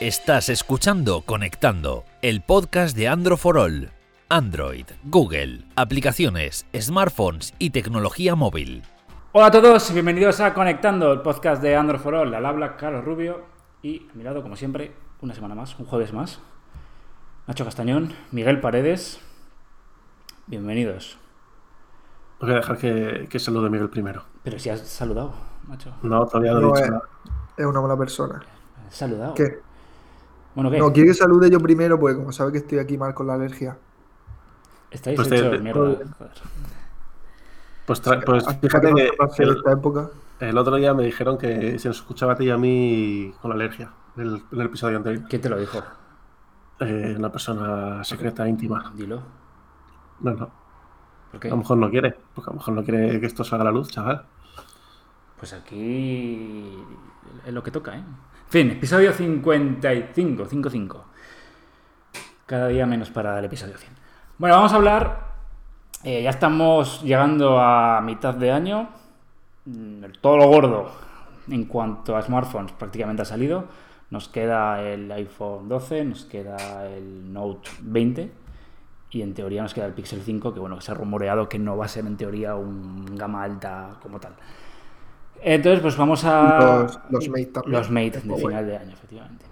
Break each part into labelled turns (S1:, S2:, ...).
S1: Estás escuchando Conectando, el podcast de Andro for All. Android, Google, aplicaciones, smartphones y tecnología móvil.
S2: Hola a todos, bienvenidos a Conectando, el podcast de Android for All. Al habla Carlos Rubio y a mi lado, como siempre, una semana más, un jueves más. Nacho Castañón, Miguel Paredes. Bienvenidos.
S3: Voy a dejar que, que salude Miguel primero.
S2: Pero si has saludado, Nacho.
S3: No, todavía no,
S4: No,
S3: he
S4: es,
S3: dicho nada.
S4: es una mala persona.
S2: Has saludado.
S4: ¿Qué?
S2: Bueno, ¿qué?
S4: No, quiere que salude yo primero, porque como sabe que estoy aquí mal con la alergia.
S2: Estáis
S3: Pues te-
S2: hechos
S3: te-
S2: mierda. joder.
S3: Pues, tra- pues
S4: Hace
S3: fíjate
S4: calor
S3: que
S4: hace
S3: el,
S4: esta época.
S3: el otro día me dijeron que se nos escuchaba a ti y a mí con alergia en el, en el episodio anterior.
S2: ¿Quién te lo dijo?
S3: Eh, una persona secreta íntima.
S2: Dilo.
S3: No, no.
S2: ¿Por
S3: A
S2: qué?
S3: lo mejor no quiere. Porque a lo mejor no quiere que esto salga a la luz, chaval.
S2: Pues aquí es lo que toca, ¿eh? Fin, episodio 55, 55. Cada día menos para el episodio 100. Bueno, vamos a hablar. eh, ya estamos llegando a mitad de año. Mm, Todo lo gordo en cuanto a smartphones prácticamente ha salido. Nos queda el iPhone 12, nos queda el Note 20 y en teoría nos queda el Pixel 5, que bueno, que se ha rumoreado que no va a ser en teoría un gama alta como tal. Entonces, pues vamos a.
S4: Los- los Mate también.
S2: Los Mate de
S4: Huawei.
S2: final de año, efectivamente.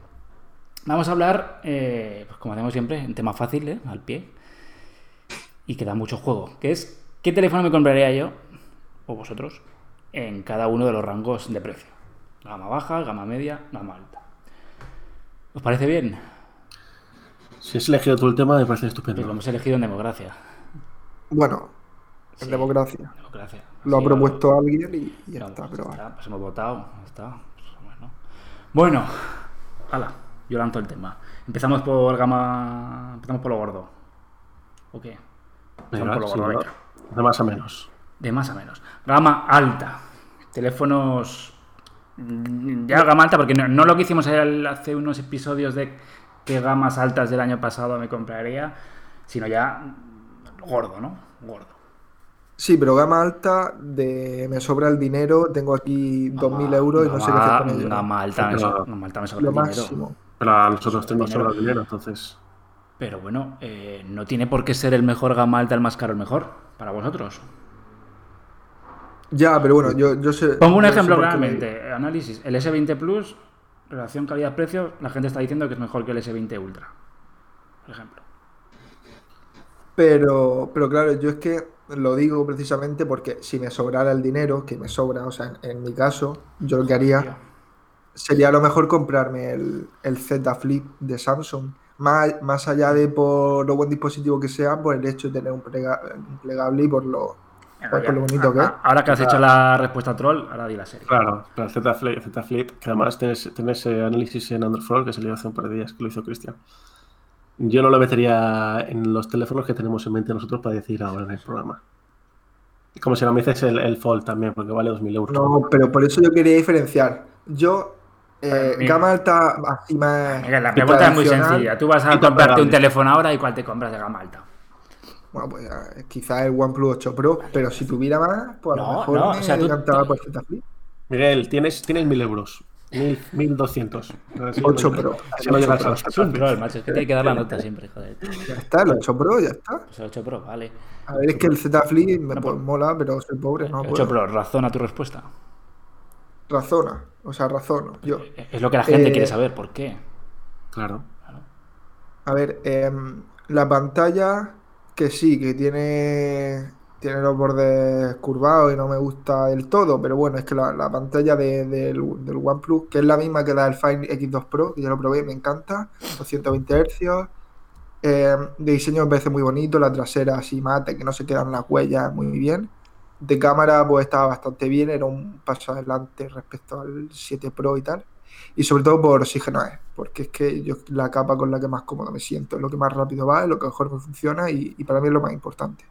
S2: Vamos a hablar, eh, pues como hacemos siempre, en tema fácil, ¿eh? al pie. Y que da mucho juego. Que es, ¿qué teléfono me compraría yo, o vosotros, en cada uno de los rangos de precio? Gama baja, gama media, gama alta. ¿Os parece bien?
S3: Si has elegido tú el tema, me parece estupendo.
S2: Pues lo hemos elegido en democracia.
S4: Bueno, en
S2: Sí.
S4: democracia.
S2: Democracia.
S4: Lo
S2: Sí,
S4: ha propuesto alguien y, y ya
S2: Claro,
S4: está,
S2: pues
S4: pero
S2: ya
S4: vale.
S2: está, pues hemos votado, ya está, pues bueno. Bueno, ala, yo lanzo el tema. Empezamos por gama. Empezamos por lo gordo. ¿O qué? Empezamos
S3: Venga,
S2: por lo
S3: sí,
S2: gordo,
S3: ¿no?
S2: venga.
S3: De más a menos.
S2: De más a menos. Gama alta. Teléfonos. mm, Ya gama alta, porque no, no lo que hicimos el- hace unos episodios de qué gamas altas del año pasado me compraría, sino ya mm, gordo, ¿no? Gordo.
S4: Sí, pero gama alta, de me sobra el dinero, tengo aquí 2.000 euros y no sé qué hacer con ellos.
S2: Gama alta, me
S3: Pero-
S2: sobra- gama alta me sobra
S4: Lo
S2: el dinero.
S4: máximo.
S3: Pero a nosotros tenemos
S2: Dinero.
S3: solo el dinero, entonces.
S2: Pero bueno, eh, no tiene por qué ser el mejor gama alta, el más caro, el mejor. Para vosotros.
S4: Ya, pero bueno, yo, yo sé.
S2: Pongo un
S4: yo sé
S2: ejemplo
S4: por qué-
S2: claramente. Análisis. El S20 Plus, relación calidad-precio, la gente está diciendo que es mejor que el S20 Ultra. Por ejemplo.
S4: Pero, pero claro, yo es que lo digo precisamente porque si me sobrara el dinero, que me sobra, o sea, en, en mi caso, yo lo que haría.
S2: Tío.
S4: Sería a lo mejor comprarme el, el Z Flip de Samsung. Más, más allá de por lo buen dispositivo que sea, por el hecho de tener un, plega- un plegable y por lo.
S2: Bueno,
S4: Pues por
S2: ya.
S4: lo bonito que es.
S2: Ahora que has hecho la respuesta troll, ahora di la serie.
S3: Claro, pero el Z Flip, Z Flip, que además tienes, tienes ese análisis en Android for All que salió hace un par de días, que lo hizo Cristian. Yo no lo metería en los teléfonos que tenemos en mente nosotros para decir ahora en el programa. Como si no me dices el, el Fold también, porque vale 2.000 euros.
S4: No, pero por eso yo quería diferenciar. Yo, eh,
S2: Mira. Ah,
S4: gama alta, así más.
S2: Mira, la pregunta es muy
S4: tradicional,
S2: sencilla. Tú vas a
S3: y
S2: comprarte
S3: comparable.
S2: un teléfono ahora y cuál te compras de gama alta.
S4: Bueno, pues eh, quizás el OnePlus 8 Pro, pero si tuviera más, pues a lo
S2: No,
S4: mejor
S2: no,
S4: me
S2: o sea, tú-
S4: decantaba
S2: tú-
S4: por Z Flip.
S3: Miguel, tienes, tienes 1.000 euros. 1.000, 1.200.
S4: Ocho Pro.
S3: Así no llegas a los
S2: Es un
S3: 7 Flip.
S2: troll, macho. Es que tiene que dar la nota siempre, joder.
S4: Ya está, el 8 Pro, ya está.
S2: Pues el 8 Pro, vale.
S4: A ver, es que el Z Flip me
S2: No,
S4: pues,
S2: pues-
S4: mola, pero soy pobre, no
S2: 8
S4: puedo.
S2: Pro, razona tu respuesta.
S4: Razona, o sea, razono. Yo.
S2: Es lo que la gente
S4: Eh,
S2: quiere saber, ¿por qué?
S3: Claro.
S4: A ver, em, la pantalla que sí, que tiene, tiene los bordes curvados y no me gusta del todo, pero bueno, es que la, la pantalla de- del, del OnePlus, que es la misma que da el Find X2 Pro, que ya lo probé, me encanta, 220 Hz, em, de diseño me parece muy bonito, la trasera así mate, que no se quedan las huellas muy bien. De cámara pues estaba bastante bien, era un paso adelante respecto al 7 Pro y tal. Y sobre todo por oxígeno E, porque es que yo la capa con la que más cómodo me siento, es lo que más rápido va, es lo que mejor me funciona y, y para mí es lo más importante.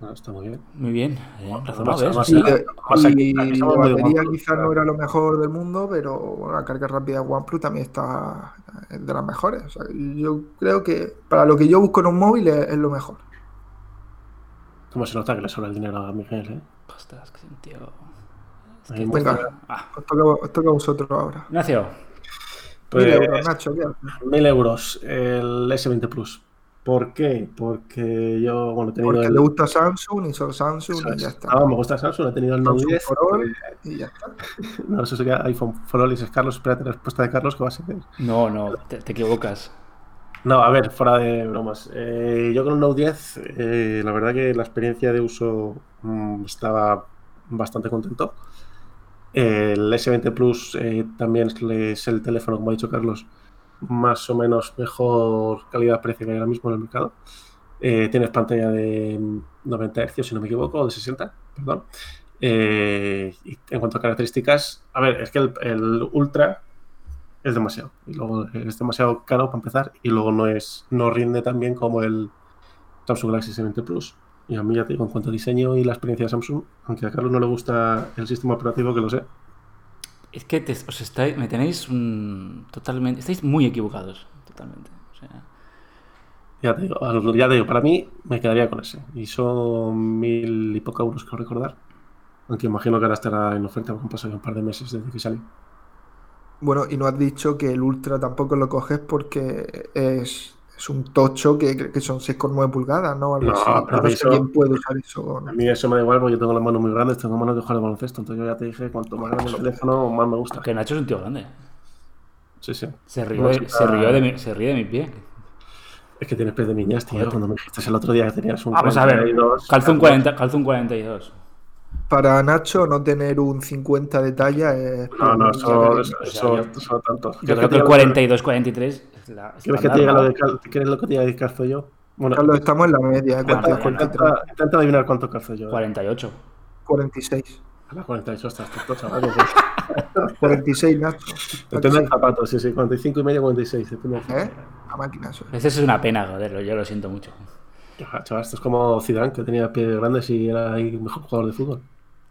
S3: No, está muy bien.
S2: Muy bien, eh, razonable,
S3: pues Vamos a-
S2: eso
S4: Y,
S3: Sí,
S2: sí.
S4: de-
S3: vamos a-
S4: y
S3: aquí
S4: la
S3: somos muy
S4: batería
S3: guapos,
S4: quizás
S3: claro.
S4: no era lo mejor del mundo, pero bueno, la carga rápida de OnePlus también está es de las mejores. O sea, yo creo que para lo que yo busco en un móvil es, es lo mejor.
S3: Como se nota que le sobra el dinero a Miguel, ¿eh?
S2: Ostras, qué tío.
S3: Ahí
S4: Venga,
S3: muestra-
S2: Ah,
S4: os toca, os toca a vosotros ahora.
S2: Ignacio,
S3: Pues,
S4: Mil euros, Nacho, ¿qué haces?
S3: 1000 euros el S20 Plus. ¿Por qué? Porque yo, bueno, he tenido
S4: Porque
S3: el-
S4: le gusta Samsung y solo Samsung
S3: eso
S4: y
S3: es.
S4: ya está.
S3: Ah, me gusta Samsung, he tenido el Note
S4: Samsung
S3: 10.
S4: for all y ya está.
S3: eh, No, eso sería iPhone for All y dices, Carlos, espérate la respuesta de Carlos que va a ser...
S2: No, no, te, te equivocas.
S3: No, a ver, fuera de bromas. Eh, yo con el Note 10, eh, la verdad que la experiencia de uso mm, estaba bastante contento. El S20 Plus eh, también es- es el teléfono, como ha dicho Carlos, más o menos mejor calidad-precio que hay ahora mismo en el mercado. Eh, tienes pantalla de mm, 90 Hz, si no me equivoco, o de 60, perdón. Eh, y en cuanto a características, a ver, es que el- el Ultra, es demasiado. Y luego eh, es demasiado caro para empezar y luego no es no rinde tan bien como el Samsung Galaxy S20 Plus. Y a mí ya te digo, en cuanto a diseño y la experiencia de Samsung, aunque a Carlos no le gusta el sistema operativo, que lo sé.
S2: Es que te- os estáis, me tenéis mm, totalmente. Estáis muy equivocados. Totalmente. O sea,
S3: Ya te digo, al- ya te digo, para mí me quedaría con ese. Y son mil y poco euros, creo recordar. Aunque imagino que ahora estará en oferta porque han pasado ya un par de meses desde que salió.
S4: Bueno, y no has dicho que el Ultra tampoco lo coges porque es, es un tocho que creo que son 6,9 pulgadas, ¿no? Algo
S3: No,
S4: así.
S3: pero
S4: no sé
S3: eso-
S4: quién puede usar eso.
S3: A mí eso me da igual porque yo tengo las manos muy grandes, tengo manos de jugar al baloncesto. Entonces yo ya te dije, cuanto más grande el teléfono, más me gusta.
S2: que Nacho es un tío grande.
S3: Sí, sí.
S2: Se rió,
S3: No,
S2: de-
S3: sí,
S2: se
S3: está-
S2: rió de mi, se ríe de mi pie.
S3: Es que tienes pez de miñas, tío. Cuando me dijiste el otro día que tenías un.
S2: Vamos Ah, pues a ver.
S3: 42,
S2: Calzo un, 40, calzo un 42.
S4: Para Nacho, no tener un 50 de talla es.
S3: No, no, eso, eso,
S2: O sea,
S3: eso-
S2: yo-
S3: eso tanto.
S2: Yo creo
S3: ¿Quieres
S2: que el
S3: te diga-
S2: 42, 43 es la.
S3: ¿Quieres que te diga lo de cal- ¿Quieres lo que te diga de calzo yo? Bueno,
S4: Carlos, estamos en la media, ¿eh?
S3: intenta,
S2: Vale,
S4: 40,
S2: vale,
S3: intenta-
S4: 43,
S3: intenta adivinar cuánto calzo yo. eh.
S2: 48.
S4: 46.
S3: A las 48 estás tonto, chaval.
S4: 46, Nacho.
S3: Depende del
S4: 46,
S3: zapato, sí, sí. 45 y medio, 46. Depende del
S4: ¿eh?
S3: zapato.
S4: La máquina, eso.
S2: Ese es una pena, joder, lo- yo lo siento mucho.
S3: Chaval, chaval, esto es como Zidane, que tenía pies grandes y era ahí el mejor jugador de fútbol.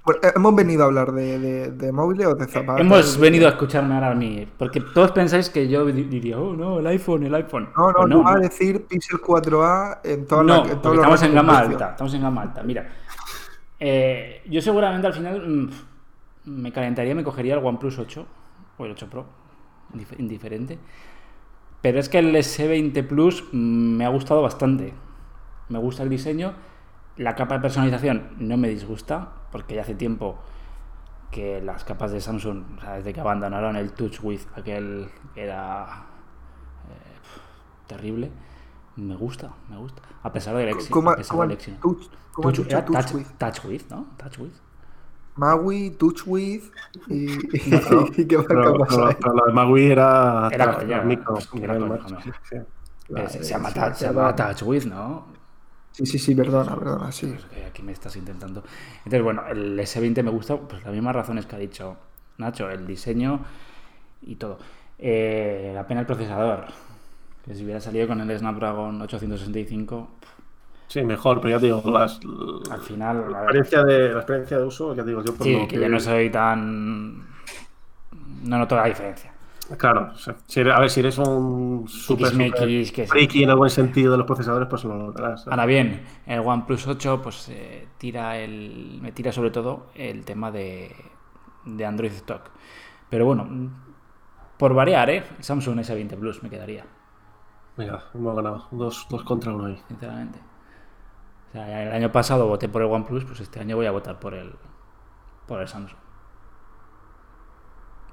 S4: Bueno, eh, ¿Hemos venido a hablar de, de- de móviles o de zapatos?
S2: Hemos venido a escucharme ahora a mí, porque todos pensáis que yo di- diría, oh no, el iPhone, el iPhone.
S4: No, no,
S2: Pues
S4: no, vas a decir Pixel 4A en todas
S2: No,
S4: las. en
S2: porque
S4: todos los
S2: estamos en gama
S4: rangos de
S2: alta, estamos en gama alta. Mira, eh, yo seguramente al final mm, me calentaría, me cogería el OnePlus 8 o el 8 Pro, indif- indiferente. Pero es que el S20 Plus mm, me ha gustado bastante. Me gusta el diseño, la capa de personalización no me disgusta, porque ya hace tiempo que las capas de Samsung, o sea, desde que abandonaron el Touch With, aquel que era eh, terrible, me gusta, me gusta. A pesar del
S4: puntos.
S2: éxito.
S4: ¿Cómo,
S2: a
S4: ha-
S2: pesar
S4: cómo,
S2: del
S4: han-
S2: éxito.
S4: touch, cómo han
S2: Touch-
S4: dicho
S2: era
S4: touch
S2: touch-
S4: with?
S2: touch with, ¿no? Touch with.
S4: Maui, Touch With y, y,
S3: Pero-
S4: y qué marca
S3: Pero,
S4: pasa,
S3: pero- pero lo de Magui era.
S2: Era castellano,
S3: micro,
S2: que era
S3: Miguel
S2: castellano.
S3: Macho, sí, sí.
S2: Eh, se, se llama,
S4: sí,
S2: touch- se
S4: sí,
S2: llama
S4: sí.
S2: Touch With, ¿no?
S4: Sí, sí, sí, perdona, perdona, sí.
S2: Pues que aquí me estás intentando. Entonces, bueno, el S20 me gusta, pues las mismas razones que ha dicho Nacho, el diseño y todo. Eh, la pena el procesador. Que si hubiera salido con el Snapdragon 865,
S3: Sí, mejor, pero ya te digo, las,
S2: al final.
S3: La
S2: a ver,
S3: experiencia de, la experiencia de uso, ya digo, yo por
S2: sí,
S3: lo
S2: que yo no soy tan. No noto la diferencia.
S3: Claro, o sea, si eres- a ver, si eres un super,
S2: Tiquismiquis, que
S3: super
S2: sí.
S3: friki en el buen sentido de los procesadores, pues no lo notarás. ¿sabes?
S2: Ahora bien, el OnePlus 8 pues eh, tira el, me tira sobre todo el tema de, de Android Stock. Pero bueno, mm, por variar, ¿eh? El Samsung S20 Plus me quedaría,
S3: Mira, hemos ganado. Dos, dos contra uno ahí.
S2: sinceramente. O sea, el año pasado voté por el OnePlus, pues este año voy a votar por el, por el Samsung.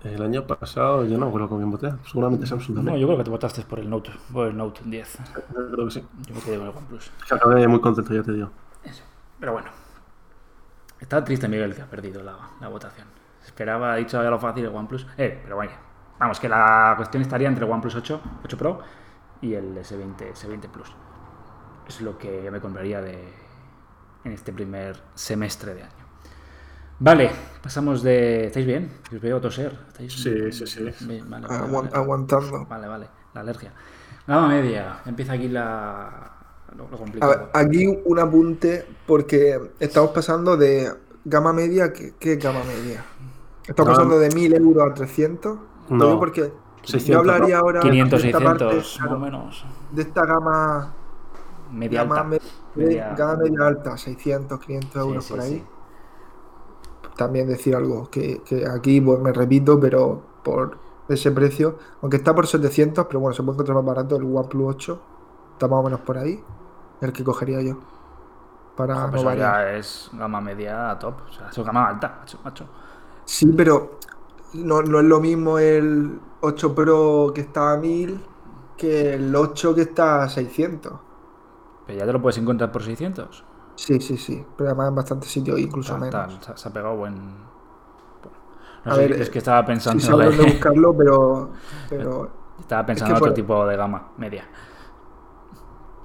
S3: El año pasado yo no creo con quién voté. Seguramente
S2: No,
S3: Samsung también.
S2: yo creo que te votaste por el Note, por el Note 10.
S3: yo... creo que sí.
S2: Yo me quedé con el OnePlus.
S3: Es que acabé muy contento, ya te digo.
S2: Pero bueno, está triste Miguel que ha perdido la, la votación. Esperaba, ha dicho ya lo fácil, el OnePlus. Eh, pero vaya. Vamos, que la cuestión estaría entre el OnePlus 8, 8 Pro y el S20, S20 Plus. Es lo que yo me compraría de, en este primer semestre de año. Vale, pasamos de. ¿Estáis bien? Os veo toser. ¿Estáis
S3: Sí, sí, sí.
S2: Bien, vale, vale,
S4: Aguan-
S2: vale.
S4: aguantando.
S2: Vale, vale, la alergia. Gama media. Empieza aquí la. Lo, lo
S4: A ver,
S2: complicado.
S4: aquí un apunte porque estamos pasando de gama media, ¿qué, qué gama media? Estamos
S3: No.
S4: pasando de 1000 euros a 300. Lo
S3: No.
S4: digo porque
S3: 600,
S4: yo hablaría ahora
S2: 500,
S4: de, esta parte,
S2: 600, más
S4: claro,
S2: o menos.
S4: de esta gama,
S2: Media
S4: gama,
S2: alta.
S4: me-
S2: Media-
S4: gama media alta, 600, 500
S2: Sí,
S4: euros
S2: sí,
S4: por ahí.
S2: sí.
S4: También decir algo que, que aquí pues, me repito, pero por, de ese precio. Aunque está por 700, pero bueno, se puede encontrar más barato. El OnePlus 8 está más o menos por ahí. El que cogería yo. Para
S2: Ojo,
S4: Ah, no
S2: pues eso
S4: variar.
S2: ya es gama media top. O sea, eso es gama alta, macho. macho.
S4: Sí, pero no, no es lo mismo el 8 Pro que está a 1000 que el 8 que está a 600.
S2: Pero ya te lo puedes encontrar por 600.
S4: Sí, sí, sí. Pero además en bastantes sitios, incluso
S2: Tal,
S4: Pues menos.
S2: tal, se- se ha pegado buen. No
S4: A
S2: sé,
S4: ver,
S2: es que estaba
S4: Sí,
S2: pensando,
S4: sé dónde
S2: en-
S4: buscarlo, pero, pero
S2: estaba pensando
S4: es
S2: en
S4: que
S2: otro
S4: por-
S2: tipo de gama media.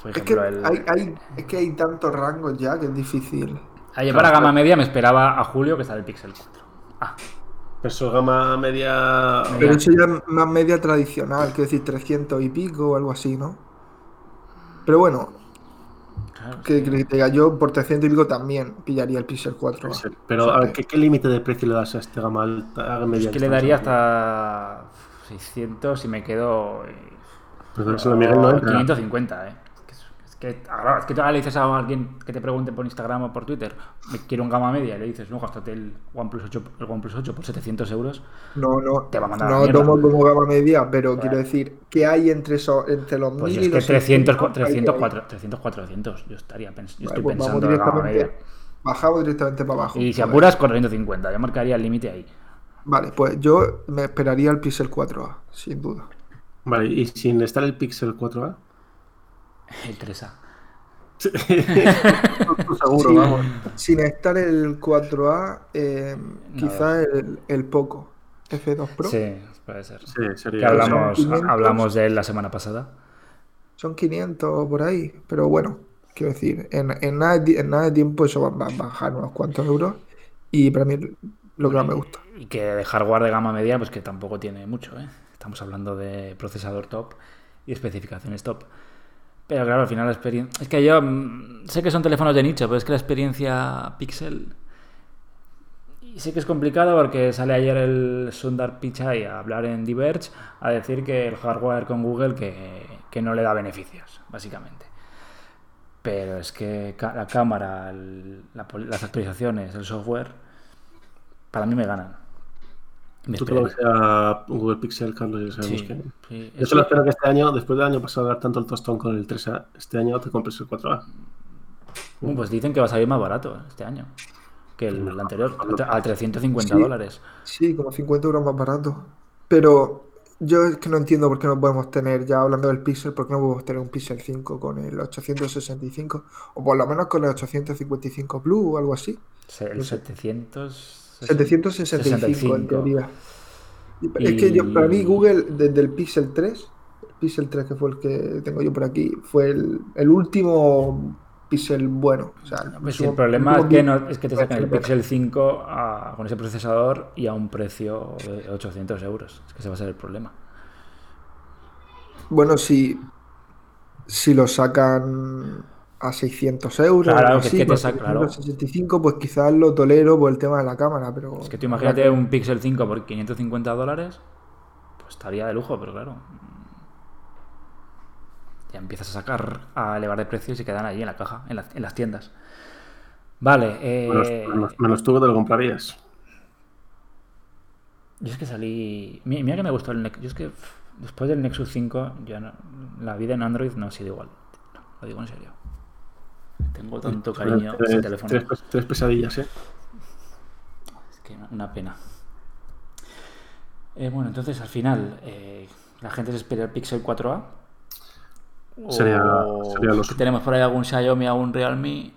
S2: Por
S4: es que
S2: ejemplo, el-
S4: hay, hay, es que hay tantos rangos ya que es difícil.
S2: a llevar a gama media me esperaba a julio que sale el Pixel 4. Ah,
S3: Eso es gama media.
S4: Pero eso ya es más media tradicional, que decir 300 y pico o algo así, ¿no? Pero bueno,
S2: claro.
S4: que, que te diga yo por 300 y pico también pillaría el Pixel 4.
S3: Pero,
S4: O sea
S3: a ver,
S4: que-
S3: ¿qué, qué límite de precio le das a este gama alta? a
S2: Yo
S3: media
S2: es que
S3: alta?
S2: le daría hasta 600 y me quedo. eh,
S3: Pues eso de Miguel no entra.
S2: 550, eh. Es que, es que- ahora, es que ahora le dices a alguien que te pregunte por Instagram o por Twitter, me quiero un gama media, y le dices, no, gástate el OnePlus 8, el OnePlus 8 por 700 euros.
S4: No, no,
S2: Te va a mandar a la
S4: no
S2: mierda.
S4: tomo como gama media, pero
S2: Claro.
S4: quiero decir, ¿qué hay entre, eso, entre los
S2: Pues yo
S4: 1000
S2: es
S4: y
S2: que
S4: los
S2: 300,
S4: 600? Hay que-
S2: 300, 400, 300, 400, yo, estaría pens- yo estoy
S4: Vale, pues vamos
S2: pensando en la gama media.
S4: directamente, bajamos directamente para abajo.
S2: Y si
S4: A ver.
S2: apuras, 450, yo marcaría el límite ahí.
S4: Vale, pues yo me esperaría el Pixel 4A, sin duda.
S3: Vale, y sin estar el Pixel 4A.
S2: El 3A.
S3: Seguro,
S4: Sí.
S3: vamos.
S4: Sin estar el 4A, eh,
S2: No.
S4: quizá el, el Poco F2 Pro.
S2: Sí, puede ser.
S3: Sí, sería.
S2: Que hablamos,
S4: son 500.
S2: hablamos de él la semana pasada.
S4: Son 500 o por ahí, pero bueno, quiero decir, en, en nada, de ti- en nada de tiempo eso va, va a bajar unos cuantos euros y para mí lo que más me gusta.
S2: Y que de hardware de gama media, pues que tampoco tiene mucho, ¿eh? Estamos hablando de procesador top y especificaciones top. Pero claro, al final la experiencia... Es que yo mm, sé que son teléfonos de nicho, pero es que la experiencia Pixel... Y sé que es complicado porque sale ayer el Sundar Pichai a hablar en Diverge a decir que el hardware con Google que, que no le da beneficios, básicamente. Pero es que ca- la cámara, el- la pol- las actualizaciones, el software, para mí me ganan. Me
S3: Tú te
S2: esperaría.
S3: lo que sea Google Pixel, Carlos, ya sabemos
S2: Sí,
S3: que.
S2: sí,
S3: Yo
S2: eso-
S3: solo espero que este año, después del año pasado, dar tanto el tostón con el 3A, este año te compres el 4A.
S2: Uh, pues dicen que va a salir más barato este año que el,
S3: No,
S2: anterior,
S3: no, no.
S2: a 350
S4: Sí.
S2: dólares.
S4: Sí, como 50 euros más barato. Pero yo es que no entiendo por qué no podemos tener, ya hablando del Pixel, por qué no podemos tener un Pixel 5 con el 865 o por lo menos con el 855 Plus o algo así.
S2: Se- El
S4: No sé.
S2: 700...
S4: 765 en
S2: 65.
S4: teoría. Y- Es que yo, para mí Google, desde el Pixel 3, el Pixel 3 que fue el que tengo yo por aquí, fue el, el último Pixel bueno. O sea, el,
S2: Pues sí,
S4: último-
S2: el problema es
S4: último
S2: que,
S4: Pixel-
S2: no, es que te sacan el
S4: Pixel.
S2: Pixel 5 a- con ese procesador y a un precio de 800 euros. Es que ese va a ser el problema.
S4: Bueno, si, si lo sacan a 600 euros,
S2: Claro,
S4: algo
S2: que es
S4: así, pues,
S2: que te
S4: con
S2: saca- claro.
S4: 665, pues quizás lo tolero por el tema de la cámara, pero...
S2: Es que tú imagínate un Pixel 5 por 550 dólares, pues estaría de lujo, pero claro. mm, Ya empiezas a sacar, a elevar de precio y se quedan allí en la caja, en, las- en las tiendas. Vale,
S3: Menos,
S2: eh,
S3: menos- menos tú que te lo comprarías.
S2: yo es que salí. mi- Mira que me gustó el Nexus. Yo es que pff, después del Nexus 5, ya no- la vida en Android no ha sido igual. No, lo digo en serio. Tengo tanto cariño a ese
S3: tres,
S2: teléfono.
S3: tres pes- tres pesadillas, ¿eh?
S2: Es que una pena. Eh, bueno, entonces al final, eh, ¿la gente se espera el Pixel 4A? ¿O
S3: Sería- sería lo-
S2: que tenemos por ahí algún Xiaomi, algún Realme?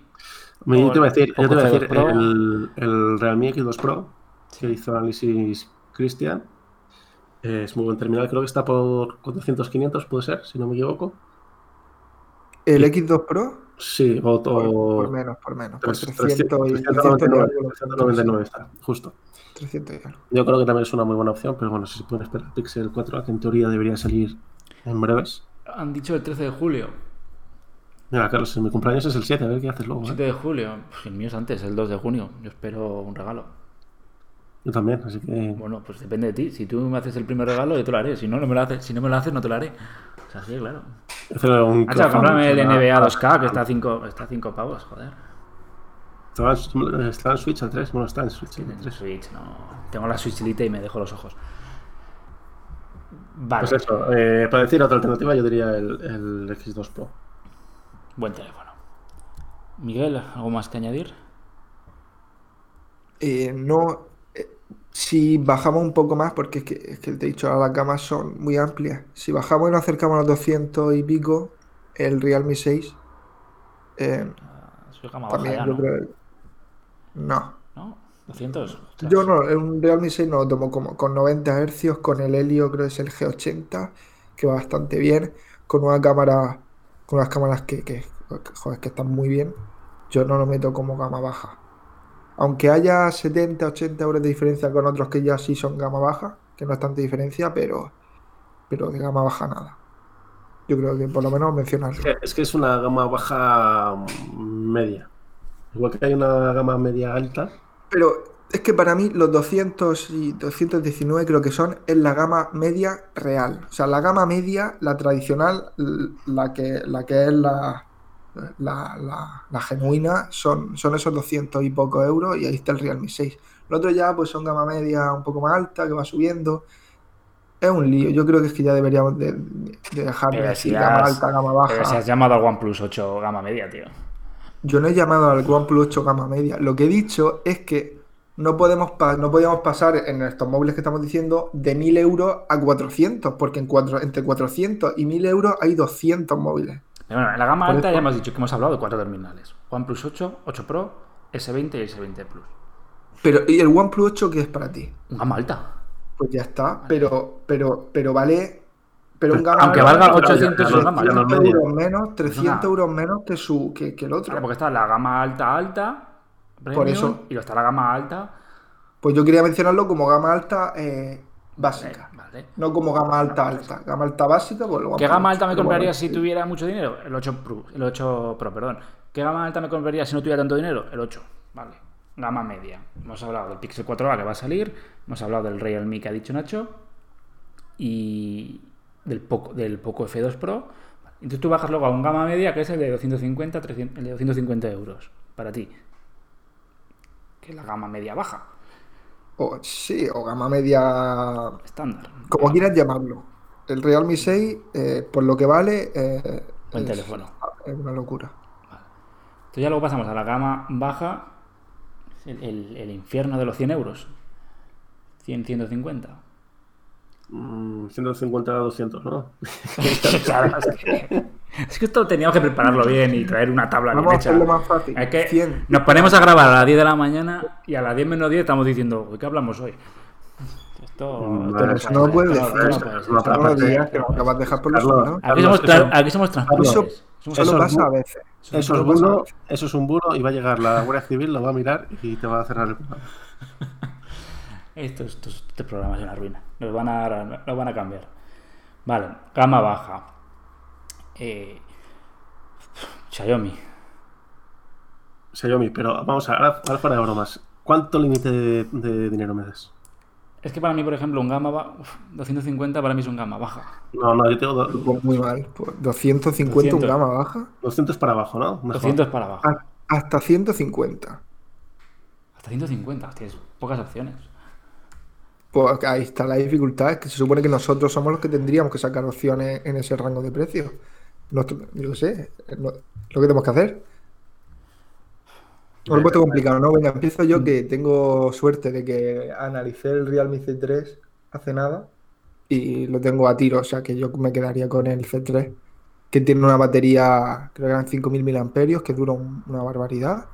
S3: Me- Yo te iba a decir,
S2: O
S3: yo te iba a
S2: con C2
S3: decir
S2: Pro.
S3: el, el Realme X2 Pro, que hizo análisis Cristian. Eh, Es muy buen terminal, creo que está por 400, 500, puede ser, si no me equivoco.
S4: ¿El X2 Pro?
S3: Sí, o,
S4: Por,
S3: o-
S4: por menos, por menos. Por
S3: 300,
S4: 300 y
S3: 399,
S4: 399
S3: 399 está, justo.
S4: 300 y algo.
S3: Yo creo que también es una muy buena opción, pero bueno, si se pueden esperar Pixel 4, que en teoría debería salir en breves.
S2: Han dicho el 13 de julio.
S3: Mira, Carlos, mi cumpleaños es el 7, a ver qué haces luego. ¿eh?
S2: 7 de julio. Pues el mío es antes, el 2 de junio. Yo espero un regalo.
S3: Yo también, así que
S2: Bueno, pues depende de ti. Si tú me haces el primer regalo, yo te lo haré. Si no, no me lo haces, si no me lo haces, no te lo haré. O sea, sí, claro.
S3: hacer un
S2: Hacha,
S3: crowdfunding
S2: cómprame el
S3: para-
S2: NBA 2K, que está a 5 está a cinco pavos, joder.
S3: Estaba en- estaba en Switch al
S4: Mm.
S3: 3, bueno, está en Switch al
S2: Tienen
S3: 3.
S2: Switch, no. Tengo la Switch Lite y me dejo los ojos. Vale.
S3: Pues eso, eh, para decir otra alternativa, yo diría el, el X2 Pro.
S2: Buen teléfono. Miguel, ¿algo más que añadir?
S4: Eh, no, eh, si bajamos un poco más, porque es que, es que te he dicho, ahora las gamas son muy amplias. Si bajamos y nos acercamos a los 200 y pico, el Realme 6, eh,
S2: Ah, Soy gama baja
S4: también
S2: ya,
S4: yo
S2: ¿no?
S4: creo. No.
S2: ¿No? 200. Ostras.
S4: Yo no, un Realme 6 no lo tomo como con 90 Hz, con el Helio creo que es el G80, que va bastante bien, con una cámara, con unas cámaras que, que, que, joder, que están muy bien. Yo no lo meto como gama baja. Aunque haya 70, 80 euros de diferencia con otros que ya sí son gama baja, que no es tanta diferencia, pero, pero de gama baja nada. Yo creo que por lo menos mencionarlo.
S3: Es que- Es que es una gama baja mm, media. Igual que hay una gama media alta.
S4: Pero es que para mí los 200 y 219 creo que son en la gama media real. O sea, la gama media, la tradicional, l- la que, la que es la, la, la- la genuina, son, son esos 200 y pocos euros y ahí está el Realme 6. Los otros ya pues son gama media un poco más alta, que va subiendo. Es un lío. Yo creo que es que ya deberíamos de, de dejar de
S2: Pero
S4: decir
S2: si
S4: gama
S2: has-
S4: alta, gama baja.
S2: Pero si has llamado al OnePlus 8 gama media, tío.
S4: Yo no he llamado al OnePlus 8 gama media. Lo que he dicho es que no podemos pa- no podíamos pasar en estos móviles que estamos diciendo de 1000 euros a 400, porque en cuatro- entre 400 y 1000 euros hay 200 móviles.
S2: Pero bueno, en la gama
S4: Por
S2: alta
S4: eso-
S2: ya hemos dicho que hemos hablado de cuatro terminales. OnePlus 8, 8 Pro, S20 y S20 Plus.
S4: Pero, ¿y el OnePlus 8 qué es para ti?
S2: Un Gama alta.
S4: Pues ya está, pero, pero, pero vale. Pero un gama
S2: Aunque
S4: media
S2: valga
S4: vale
S2: 800
S3: euros
S2: gama,
S3: la
S4: 300
S3: media.
S4: euros menos, 300
S2: nada.
S4: euros menos que, su, que, que el otro.
S2: Claro, porque está la gama alta alta, premium,
S4: eso.
S2: y está la gama alta,
S4: Pues yo quería mencionarlo como gama alta eh, básica.
S2: eh, vale.
S4: No como gama alta alta. Gama alta básica, pues el
S2: ¿Qué
S4: OnePlus
S2: gama
S4: 8,
S2: alta me
S4: el
S2: compraría
S4: OnePlus
S2: si
S4: 8.
S2: tuviera mucho dinero? El 8 Pro, el 8 Pro, perdón. ¿Qué gama alta me compraría si no tuviera tanto dinero? El 8, vale. Gama media. Hemos hablado del Pixel 4a que va a salir, hemos hablado del Realme que ha dicho Nacho y del Poco, del Poco F2 Pro. Entonces tú bajas luego a un gama media que es el de 250, 300, el de 250 euros para ti. Que es la gama media baja,
S4: O, sí, o gama media,
S2: estándar.
S4: como quieras llamarlo. El Realme 6, eh, por lo que vale, eh,
S2: Buen
S4: es,
S2: teléfono.
S4: es una locura.
S2: Entonces ya luego pasamos a la gama baja, el, el- el infierno de los 100 euros. 100, 150.
S3: mm, 150 a 200, ¿no?
S2: Claro, es, que, es que esto teníamos que prepararlo bien y traer una tabla
S4: Vamos a
S2: bien hecha.
S4: hacerlo más fácil.
S2: Es que
S4: 100.
S2: nos ponemos a grabar a las 10 de la mañana y a las 10 menos 10 estamos diciendo, "Uy, ¿qué hablamos hoy? Esto, esto
S3: Pero
S4: eso no
S2: ser,
S4: puede
S2: esto
S4: ser,
S2: esto puede
S3: eso
S2: ser.
S3: no
S4: Todos los
S3: aparte-
S4: días que nos acabas de dejar por los
S3: Carlos,
S4: ¿no?
S2: Aquí somos,
S3: Carlos,
S2: tra- aquí somos transparentes. Somos
S4: Solo
S3: eso-
S4: pasa a veces.
S3: Eso es burro, eso es un burro y va a llegar la Guardia Civil, lo va a mirar y te va a cerrar el programa.
S2: Esto, esto- este programa es una ruina. Nos van a, nos van a cambiar. Vale, gama baja. Eh, Xiaomi.
S3: Xiaomi, pero vamos a ahora, ahora fuera de bromas. ¿Cuánto límite de, de dinero me das?
S2: Es que para mí, por ejemplo, un gama baja. 250 para mí es un gama baja.
S3: No, no, yo tengo do-
S4: Pues muy mal. Pues 250
S2: 200.
S4: un gama baja.
S3: 200 para abajo, ¿no? Mejor.
S2: 200 para abajo.
S4: Ha- Hasta 150.
S2: Hasta 150. Tienes pocas opciones.
S4: Pues ahí está la dificultad, es que se supone que nosotros somos los que tendríamos que sacar opciones en ese rango de precios. Nuestro- yo qué sé, es lo, lo que tenemos que hacer. Un puesto complicado, ¿no? Venga, empiezo yo que tengo suerte de que analicé el Realme C3 hace nada y lo tengo a tiro, o sea que yo me quedaría con el C3, que tiene una batería, creo que eran 5000 miliamperios, que dura un- una barbaridad.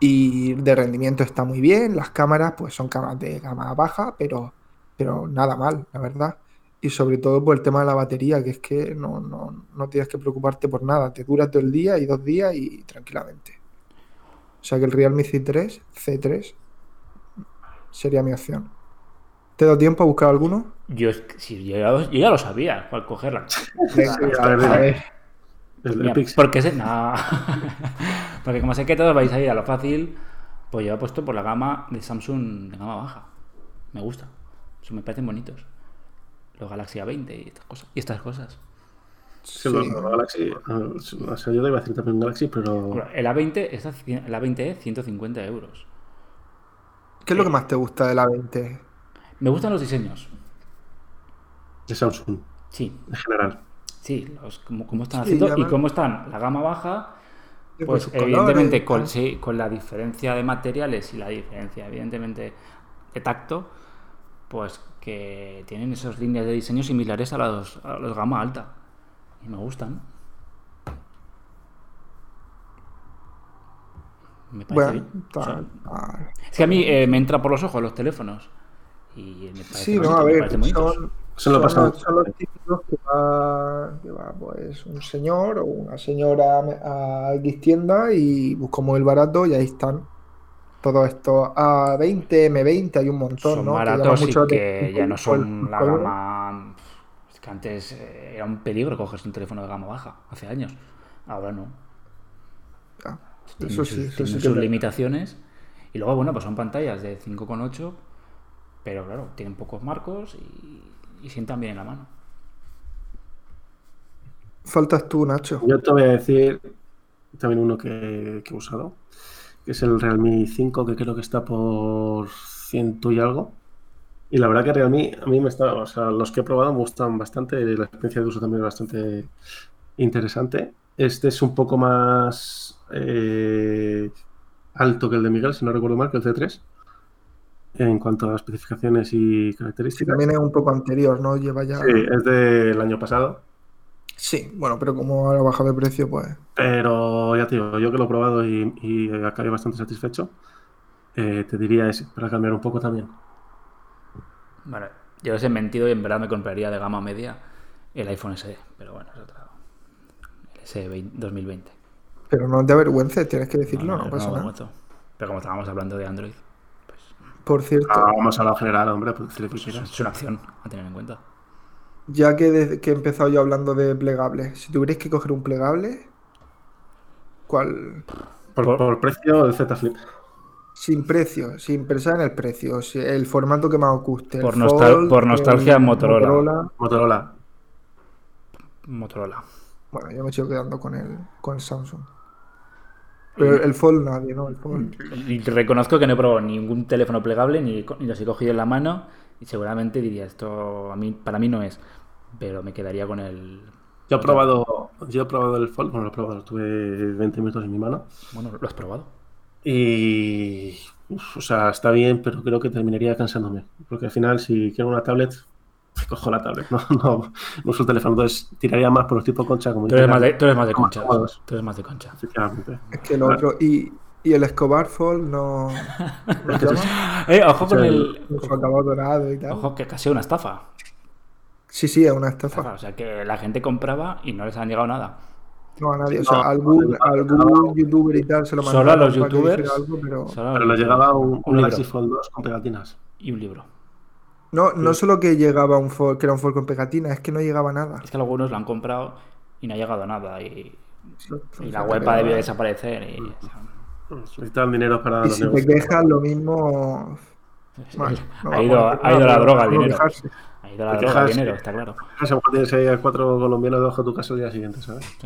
S4: Y de rendimiento está muy bien. Las cámaras, pues son cámaras de gama baja, pero, pero nada mal, la verdad. Y sobre todo por el tema de la batería, que es que no, no, no tienes que preocuparte por nada. Te dura todo el día y dos días y tranquilamente. O sea que el Realme C3, C3 sería mi opción. ¿Te da tiempo a buscar alguno?
S2: Yo, es que- sí, yo, ya- yo ya lo sabía cuál cogerla.
S4: Venga,
S3: a ver,
S4: a
S3: dime.
S4: ver.
S3: El, el
S2: Mira,
S3: Pixel.
S2: Porque sé- no. porque como sé que todos vais a ir a lo fácil, pues yo he puesto por la gama de Samsung de gama baja. Me gusta. Eso me parecen bonitos. Los Galaxy A20 y estas cosas. Y estas cosas.
S3: Sí, los-
S4: sí.
S3: los Galaxy. eh, O sea, yo te iba a decir también Galaxy, pero.
S2: El A20 está a cien- el A20 150 euros.
S4: ¿Qué es lo que más te gusta de la 20?
S2: Me gustan los diseños.
S3: de Samsung
S2: Sí,
S3: en general.
S2: sí, los- como, como están
S4: Sí,
S2: haciendo
S4: ya
S2: y
S4: van-
S2: cómo están la gama baja,
S4: Sí,
S2: pues
S4: con sus
S2: evidentemente
S4: colores,
S2: con,
S4: tal.
S2: sí, con la diferencia de materiales y la diferencia evidentemente de tacto, pues que tienen esas líneas de diseño similares a los, a los gama alta. Y me gustan. Me parece
S4: Bueno, ah,
S2: bien. O sea,
S4: tal, tal.
S2: es que a mí eh, me entra por los ojos los teléfonos. Y me parecen
S4: Sí, no,
S2: bonitos,
S4: a
S2: me
S4: ver,
S2: parecen
S4: son,
S2: bonitos.
S3: Eso lo
S4: son
S3: pasa
S4: los,
S3: mucho.
S4: son los típicos que va, que va, pues un señor o una señora a, a X tienda y buscamos el barato y ahí están todos estos A20, M20, hay un montón,
S2: son
S4: ¿no? llaman
S2: baratos y
S4: mucho la
S2: que
S4: atención
S2: ya no
S4: por-
S2: son
S4: por-
S2: la
S4: por-
S2: gama. Es que antes eh, era un peligro cogerse un teléfono de gama baja, hace años. Ahora no.
S4: Ah,
S2: Tienen
S4: Eso
S2: sus,
S4: sí,
S2: tienen
S4: eso sí que
S2: sus
S4: es verdad.
S2: limitaciones. Y luego, bueno, pues son pantallas de 5,8, pero claro, tienen pocos marcos y, y sientan bien en la mano.
S4: Faltas tú, Nacho.
S3: Yo te voy a decir también uno que, que he usado, que es el Realme 5, que creo que está por ciento y algo. Y la verdad que Realme, a mí me está, o sea, los que he probado me gustan bastante, la experiencia de uso también es bastante interesante. Este es un poco más eh, alto que el de Miguel, si no recuerdo mal, que el C3, en cuanto a especificaciones y
S4: Sí,
S3: características.
S4: también es un poco anterior, ¿no? Lleva ya.
S3: Sí, es del año pasado.
S4: Sí, bueno, pero como ha bajado de precio, pues.
S3: Pero ya te digo, yo que lo he probado y, y acabé bastante satisfecho, eh, te diría ese, para cambiar un poco también.
S2: Vale, yo les he mentido y en verdad me compraría de gama media el iPhone SE, pero bueno, es otra. El SE 20 2020.
S4: Pero no te avergüences, tienes que decirlo, no,
S2: no,
S4: pasa
S2: no,
S4: nada.
S2: mucho. Pero como estábamos hablando de Android, pues
S4: Por cierto,
S3: Ah, vamos a la general, hombre, pues decirle que
S2: Pues
S3: quieras.
S2: es una acción a tener en cuenta.
S4: ya que, desde que he empezado yo hablando de plegables, si tuvierais que coger un plegable, ¿cuál?
S3: Por, por precio, el Z Flip.
S4: Sin precio, sin pensar en el precio, si- el formato que más os guste. el
S2: Por nostal- por
S4: el
S2: nostalgia, Motorola.
S3: Motorola.
S2: Motorola.
S4: Bueno, yo me sigo quedando con el, con el Samsung. Pero el Fold nadie, ¿no? El Fold.
S2: Y reconozco que no he probado ningún teléfono plegable ni, co- ni los he cogido en la mano y seguramente diría esto a mí para mí no es, pero me quedaría con el
S3: Yo he probado, yo he probado el Fold, bueno, lo he probado, lo tuve 20 minutos en mi mano.
S2: bueno, lo has probado.
S3: Y, uf, o sea, está bien, pero creo que terminaría cansándome. Porque al final, si quiero una tablet, cojo la tablet, no, no, no uso el teléfono. Entonces, tiraría más por los tipo concha, como
S2: Tú eres
S3: dice
S2: más de,
S3: Nacho,
S2: tú eres más de concha.
S3: cómodos,
S2: Tú eres más de concha.
S3: efectivamente.
S4: Es que
S3: Ah.
S4: el otro. Y, y el Escobar Fold no. ¿Lo llaman?
S2: Eh, ojo con el
S4: Con su acabado dorado y tal.
S2: ojo que casi una estafa.
S4: Sí, sí, es una
S2: Estafa,
S4: estafa.
S2: O sea que la gente compraba y no les han llegado nada.
S4: No a nadie. O
S3: No,
S4: sea,
S3: no,
S4: algún,
S3: no, no.
S4: algún youtuber y tal se lo
S2: Solo
S4: mandaron
S2: a los
S4: para que
S2: youtubers.
S4: hiciera algo, pero-
S2: Solo
S3: Pero le llegaba un, un
S2: libro
S3: Galaxy Fold 2 con pegatinas.
S2: y un libro.
S4: No, no solo que llegaba un Fold, que era un Fold con pegatina, es que no llegaba nada.
S2: Es que algunos lo han comprado y no ha llegado nada y Y la
S4: O sea,
S2: web
S4: te
S2: debió
S4: queda-
S2: desaparecer. Y, o sea,
S4: Mm,
S3: Necesitan dinero para
S4: Y
S3: los
S4: si te
S3: negocios.
S4: quejas, lo mismo. Bueno, no
S2: ha,
S4: vamos
S2: ido,
S4: a hacer
S2: ha ido
S4: nada,
S2: la
S4: pero
S2: droga al
S4: no
S2: dinero.
S4: quejarse.
S2: Ha ido la droga
S3: Te
S2: al
S3: quejas.
S2: dinero, está claro.
S3: A lo mejor tienes ahí a cuatro colombianos debajo de tu casa el día siguiente, ¿sabes?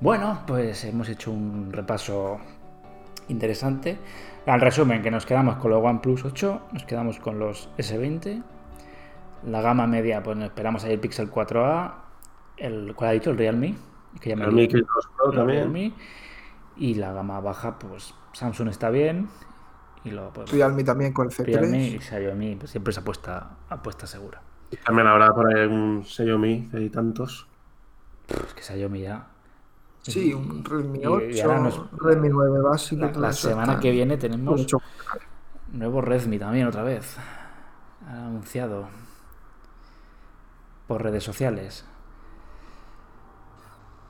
S2: Bueno, pues hemos hecho un repaso interesante. Al resumen, que nos quedamos con los OnePlus 8, nos quedamos con los S20, la gama media, pues nos esperamos ahí el Pixel 4A, el, ¿cuál ha dicho? El Realme. Que ya me
S3: Pero a mí
S2: lío.
S3: que los pro
S2: Lo de
S3: también.
S2: Realme. Y la gama baja, pues Samsung está bien. Y luego pues,
S4: Realme también con el C3.
S2: Realme y Xiaomi, pues siempre es apuesta, apuesta segura.
S3: Y también habrá por ahí un Xiaomi, que hay tantos.
S2: Pues que Xiaomi ya.
S4: Sí, un
S2: Y-
S4: Redmi
S2: y
S4: 8,
S2: ahora nos-
S4: Redmi 9 básico.
S2: La,
S4: todo
S2: la
S4: eso
S2: semana
S4: está
S2: que viene
S4: con
S2: tenemos
S4: mucho-
S2: nuevo Redmi también otra vez. Anunciado. Por redes sociales.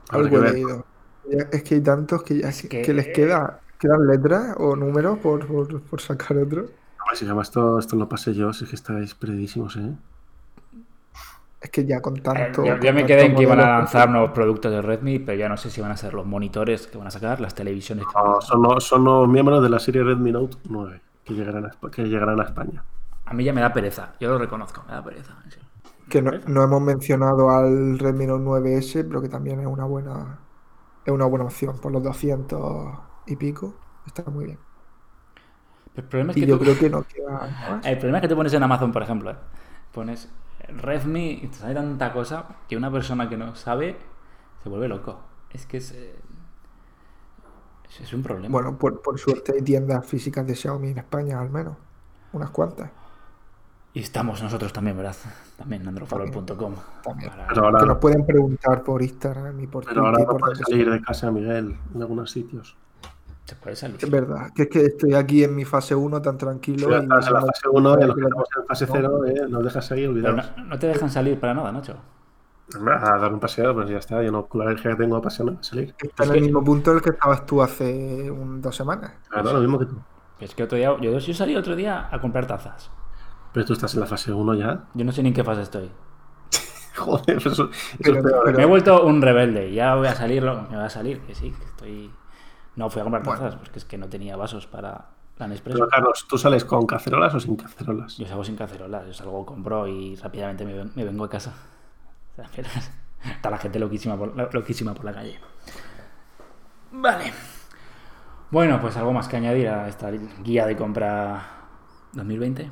S3: Habrá
S4: algo
S3: que ver.
S4: leído. Ya- Es que hay tantos que ya
S2: que-
S4: que, les queda quedan letras o números por, por, por sacar otro.
S3: Hombre, Si además todo esto lo pasé yo, si es que estáis perdidísimos, ¿eh?
S4: Es que ya con
S2: Eh,
S4: tanto.
S2: Yo, yo
S4: con
S2: me
S4: tanto
S2: quedé en que iban a
S4: modelo-
S2: lanzar nuevos productos de Redmi, pero ya no sé si van a ser los monitores que van a sacar, las televisiones que van a
S3: No, son, los- son los miembros de la serie Redmi Note 9 que llegarán a, Espa- que llegarán a España.
S2: A mí ya me da pereza, yo lo reconozco, me da pereza. sí.
S4: Que no, no hemos mencionado al Redmi Note 9S, pero que también es una buena es una buena opción por los 200 y pico. Está muy bien.
S2: El problema es
S4: Y
S2: que
S4: yo
S2: tú- Eh.
S4: creo que no queda más.
S2: El problema es que te pones en Amazon, por ejemplo, ¿eh? pones Redmi y te sale tanta cosa que una persona que no sabe se vuelve loco. Es que es. eh, es- es un problema.
S4: Bueno, por, por suerte hay tiendas físicas de Xiaomi en España, al menos. Unas cuantas.
S2: Y estamos nosotros también, ¿verdad? También en androforol.com.
S4: También.
S2: Para-
S3: Pero ahora,
S4: Que nos pueden preguntar por Instagram y por
S3: pero ahora no
S4: Twitter. y por
S3: puedes
S4: donde
S3: salir de casa, Miguel, en algunos sitios.
S2: Se puede salir.
S4: sea. Es verdad, que es que estoy aquí en mi fase 1 tan tranquilo.
S3: Ya
S4: y
S3: estás en la
S4: no-
S3: fase 1 y los que
S4: no-
S3: estamos en fase 0 eh, nos dejas ahí
S2: Pero
S3: olvidados.
S2: no, no te dejan salir para nada, Nacho.
S3: A dar un paseo, pues ya está. Yo no, con la alergia que tengo a paseo no voy a salir.
S4: Está en
S2: Es
S4: el
S2: que-
S4: mismo punto en el que estabas tú hace un- dos semanas.
S3: Claro, lo mismo que tú.
S2: Es que otro día. Yo, yo salí otro día a comprar tazas.
S3: Pero tú estás en la fase 1 ya.
S2: Yo no sé ni en qué fase estoy.
S3: Joder, pues eso, eso
S4: Pero-
S3: es peor.
S4: pero-
S2: Me he vuelto un rebelde. Ya voy a salir, lo- me voy a salir. Que sí, que estoy. No fui a comprar
S4: Bueno.
S2: tazas porque es que no tenía vasos para la Nespresso.
S3: Pero Carlos, ¿tú sales con cacerolas o sin cacerolas?
S2: Yo salgo sin cacerolas, yo salgo, compro y rápidamente me, ven- me vengo a casa. O sea, pero- Está la gente loquísima por, lo- loquísima por la calle. Vale. Bueno, pues algo más que añadir a esta guía de compra 2020.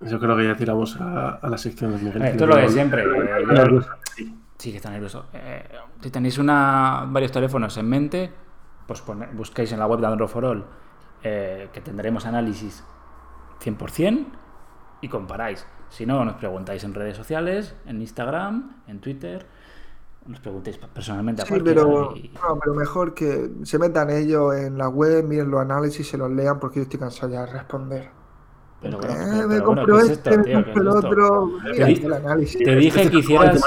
S3: Yo creo que ya tiramos a, a la sección de Miguel.
S2: Eh, esto es lo de siempre, eh, yo-
S3: Nervioso.
S2: Sí, que está nervioso. Eh, si tenéis una, varios teléfonos en mente, pues pone- buscáis en la web de Android for All, eh, que tendremos análisis 100% y comparáis. Si no, nos preguntáis en redes sociales, en Instagram, en Twitter, nos preguntéis pe- personalmente a
S4: Sí,
S2: cualquiera
S4: pero,
S2: y-
S4: no, pero mejor que se metan ellos en la web, miren los análisis, se los lean, porque yo estoy cansado ya de responder.
S2: pero bueno,
S4: Eh,
S2: pero-
S4: me
S2: pero bueno,
S4: compró
S2: ¿qué es
S4: este,
S2: esto, tío?
S4: me
S2: ¿Qué es
S4: compró el
S2: esto?
S4: otro. Mira,
S2: di-
S4: el análisis.
S2: Te dije que hicieras,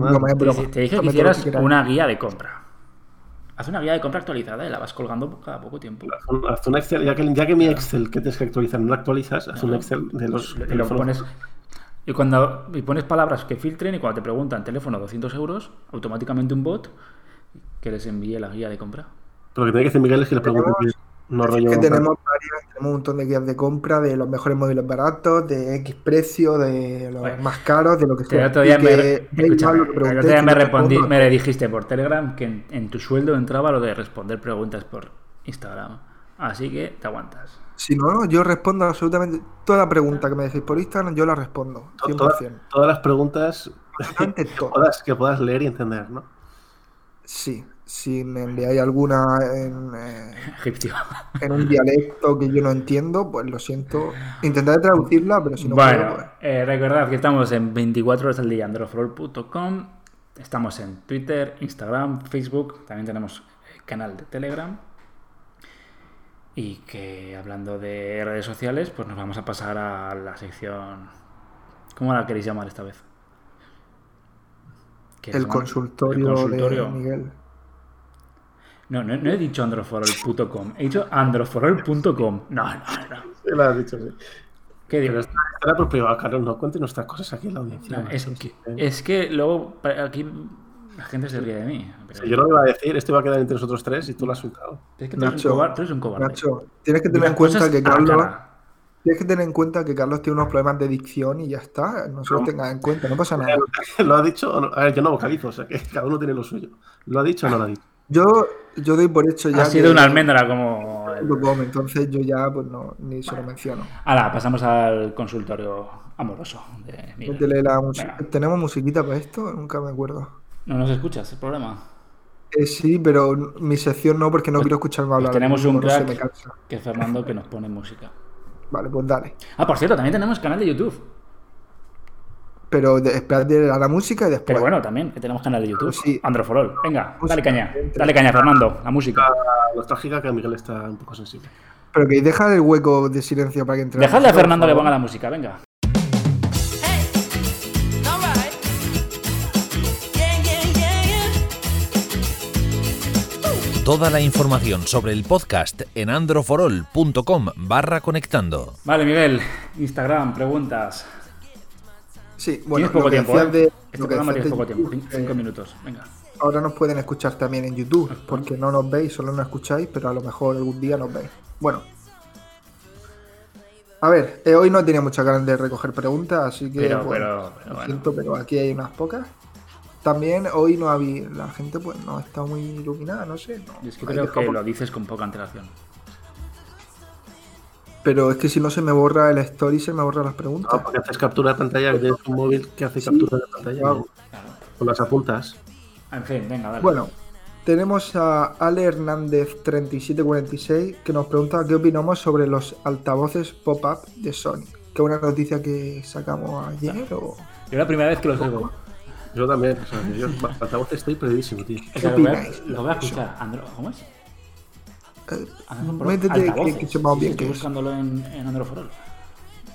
S4: No, me
S2: te,
S4: broma.
S2: te dije que
S4: Tómate lo
S2: hicieras
S4: quieras.
S2: una guía de compra. Haz una guía de compra actualizada y la vas colgando cada poco tiempo.
S3: Haz un- haz un Excel, ya que, ya que mi Excel que tienes que actualizar no lo actualizas, haz un Excel de los
S2: Y lo
S3: teléfonos.
S2: pones. Y cuando y pones palabras que filtren y cuando te preguntan teléfono 200 euros, automáticamente un bot que les envíe la guía de compra.
S3: Pero Lo que tiene que hacer Miguel es que le pregunte
S4: Tenemos-
S3: no
S4: Es
S3: rollo.
S4: que tenemos, varias, tenemos un montón de guías de compra de los mejores móviles baratos, de X precio, de los
S2: Oye,
S4: más caros, de lo que
S2: El
S4: sea.
S2: otro
S4: Y
S2: día me,
S4: que da
S2: escúchame,
S4: igual lo que
S2: el otro
S4: preguntéis,
S2: día
S4: que
S2: me
S4: no te
S2: respondí-
S4: pongo.
S2: me dijiste por Telegram que en, en tu sueldo entraba lo de responder preguntas por Instagram. Así que te aguantas.
S4: Si no, yo respondo absolutamente toda pregunta que me dejéis por Instagram, yo la respondo.
S3: to-
S4: 100%.
S3: todas, todas las preguntas
S4: Absolutamente
S3: que
S4: todas.
S3: puedas, que puedas leer y entender, ¿no?
S4: Sí, si me enviáis alguna en, eh,
S2: Egipcio.
S4: en un dialecto que yo no entiendo, pues lo siento. Intentaré traducirla, pero si no
S2: bueno,
S4: puedo, pues,
S2: eh, recordad que estamos en 24 horas al día, androfrol.com. Estamos en Twitter, Instagram, Facebook. También tenemos eh, canal de Telegram. Y que hablando de redes sociales, pues nos vamos a pasar a la sección. ¿Cómo la queréis llamar esta vez? ¿Queréis
S4: el
S2: llamar-
S4: consultorio,
S2: el consultorio?
S4: de Miguel.
S2: No, no, no he dicho androforol.com, he dicho androforol.com. No, no, no.
S3: Sí, lo has dicho, sí.
S2: ¿Qué digo?
S3: Pero esto era por privado, Carlos, no cuentes nuestras cosas aquí en la audiencia.
S2: No, es,
S3: Sí,
S2: que,
S3: sí.
S2: es que luego pa- aquí la gente se ríe de mí. pero-
S3: Yo no lo iba a decir, esto iba a quedar entre nosotros tres y tú lo has soltado.
S2: es que tú, eres
S4: Nacho,
S2: un cobarde, tú eres un cobarde.
S4: Nacho, tienes que
S2: Di
S4: tener
S2: las
S4: en cuenta
S2: cosas
S4: que
S2: a la
S4: Carlos.
S2: cara.
S4: Tienes que tener en cuenta que Carlos tiene unos problemas de dicción y ya está. No se los tengas en cuenta, no pasa nada.
S3: ¿Lo ha dicho o no? A ver, yo no vocalizo, o sea que cada uno tiene lo suyo. ¿Lo ha dicho o no lo ha dicho?
S4: Yo, yo doy por hecho ya.
S2: Ha sido
S4: que-
S2: una almendra como... el-
S4: lo como, entonces yo ya pues no ni se lo menciono.
S2: Ahora, pasamos al consultorio amoroso de Miguel.
S4: Métele la musi-
S2: Venga.
S4: ¿Tenemos musiquita para esto? Nunca me acuerdo.
S2: ¿No nos escuchas el programa?
S4: Eh, sí, pero mi sección no, porque no quiero escucharme hablar.
S2: Pues tenemos un
S4: No se
S2: crack.
S4: me cansa.
S2: Que es Fernando que nos pone música.
S4: Vale, pues dale.
S2: Ah, por cierto, también tenemos canal de YouTube.
S4: Pero de- esperad de- a la música y después.
S2: Pero bueno, también, que tenemos canal de YouTube.
S4: Sí.
S2: Androforol. Venga, dale
S4: Música,
S2: caña.
S4: entre-
S2: Dale caña, Fernando, la música.
S3: Ah, Lo trágica que Miguel está un poco sensible.
S4: Pero que deja el hueco de silencio para que entre.
S2: Dejadle a
S4: por
S2: Fernando que
S4: favor.
S2: ponga la música, venga.
S5: Hey, all right. Yeah, yeah, yeah, yeah.
S1: Toda la información sobre el podcast en androforol.com barra conectando.
S2: Vale, Miguel, Instagram, preguntas.
S4: Sí,
S2: tienes
S4: bueno,
S2: poco
S4: lo que
S2: tiempo,
S4: decías
S2: ¿eh?
S4: de-
S2: Este
S4: lo que
S2: programa
S4: decías
S2: tienes
S4: de
S2: poco tiempo, cin-
S4: YouTube,
S2: cinco
S4: eh,
S2: minutos. Venga.
S4: Ahora nos pueden escuchar también en YouTube, porque no nos veis, solo nos escucháis, pero a lo mejor algún día nos veis. Bueno, A ver, eh, hoy no tenía muchas ganas de recoger preguntas, así que.
S2: Pero,
S4: bueno,
S2: pero, pero
S4: lo
S2: bueno.
S4: siento, pero aquí hay unas pocas. También hoy no había. La gente, pues, no está muy iluminada, no sé. no,
S2: Yo es que
S4: hay
S2: creo
S4: dejado
S2: que
S4: por-
S2: lo dices con poca antelación.
S4: Pero es que si no se me borra el story, se me borran las preguntas.
S2: Ah,
S3: No, porque haces captura de pantalla, que tienes un móvil que hace captura de pantalla.
S4: Wow.
S3: Con las apuntas.
S2: En fin, venga, dale.
S4: Bueno, tenemos a Ale Hernández 3746 que nos pregunta qué opinamos sobre los altavoces pop-up de Sony. Que es una noticia que sacamos ayer o...
S2: Yo la primera vez que los oigo.
S3: Yo también, o sea, yo altavoz estoy perdidísimo, tío.
S2: O sea, lo, voy a,
S4: opináis? Eh,
S2: lo voy a escuchar. Andro, ¿Cómo es? Andro-
S4: métete, que-
S2: altavoces.
S4: que sepamos
S2: Sí, sí,
S4: bien
S2: estoy
S4: qué es.
S2: buscándolo en, en Android for All.
S3: pero-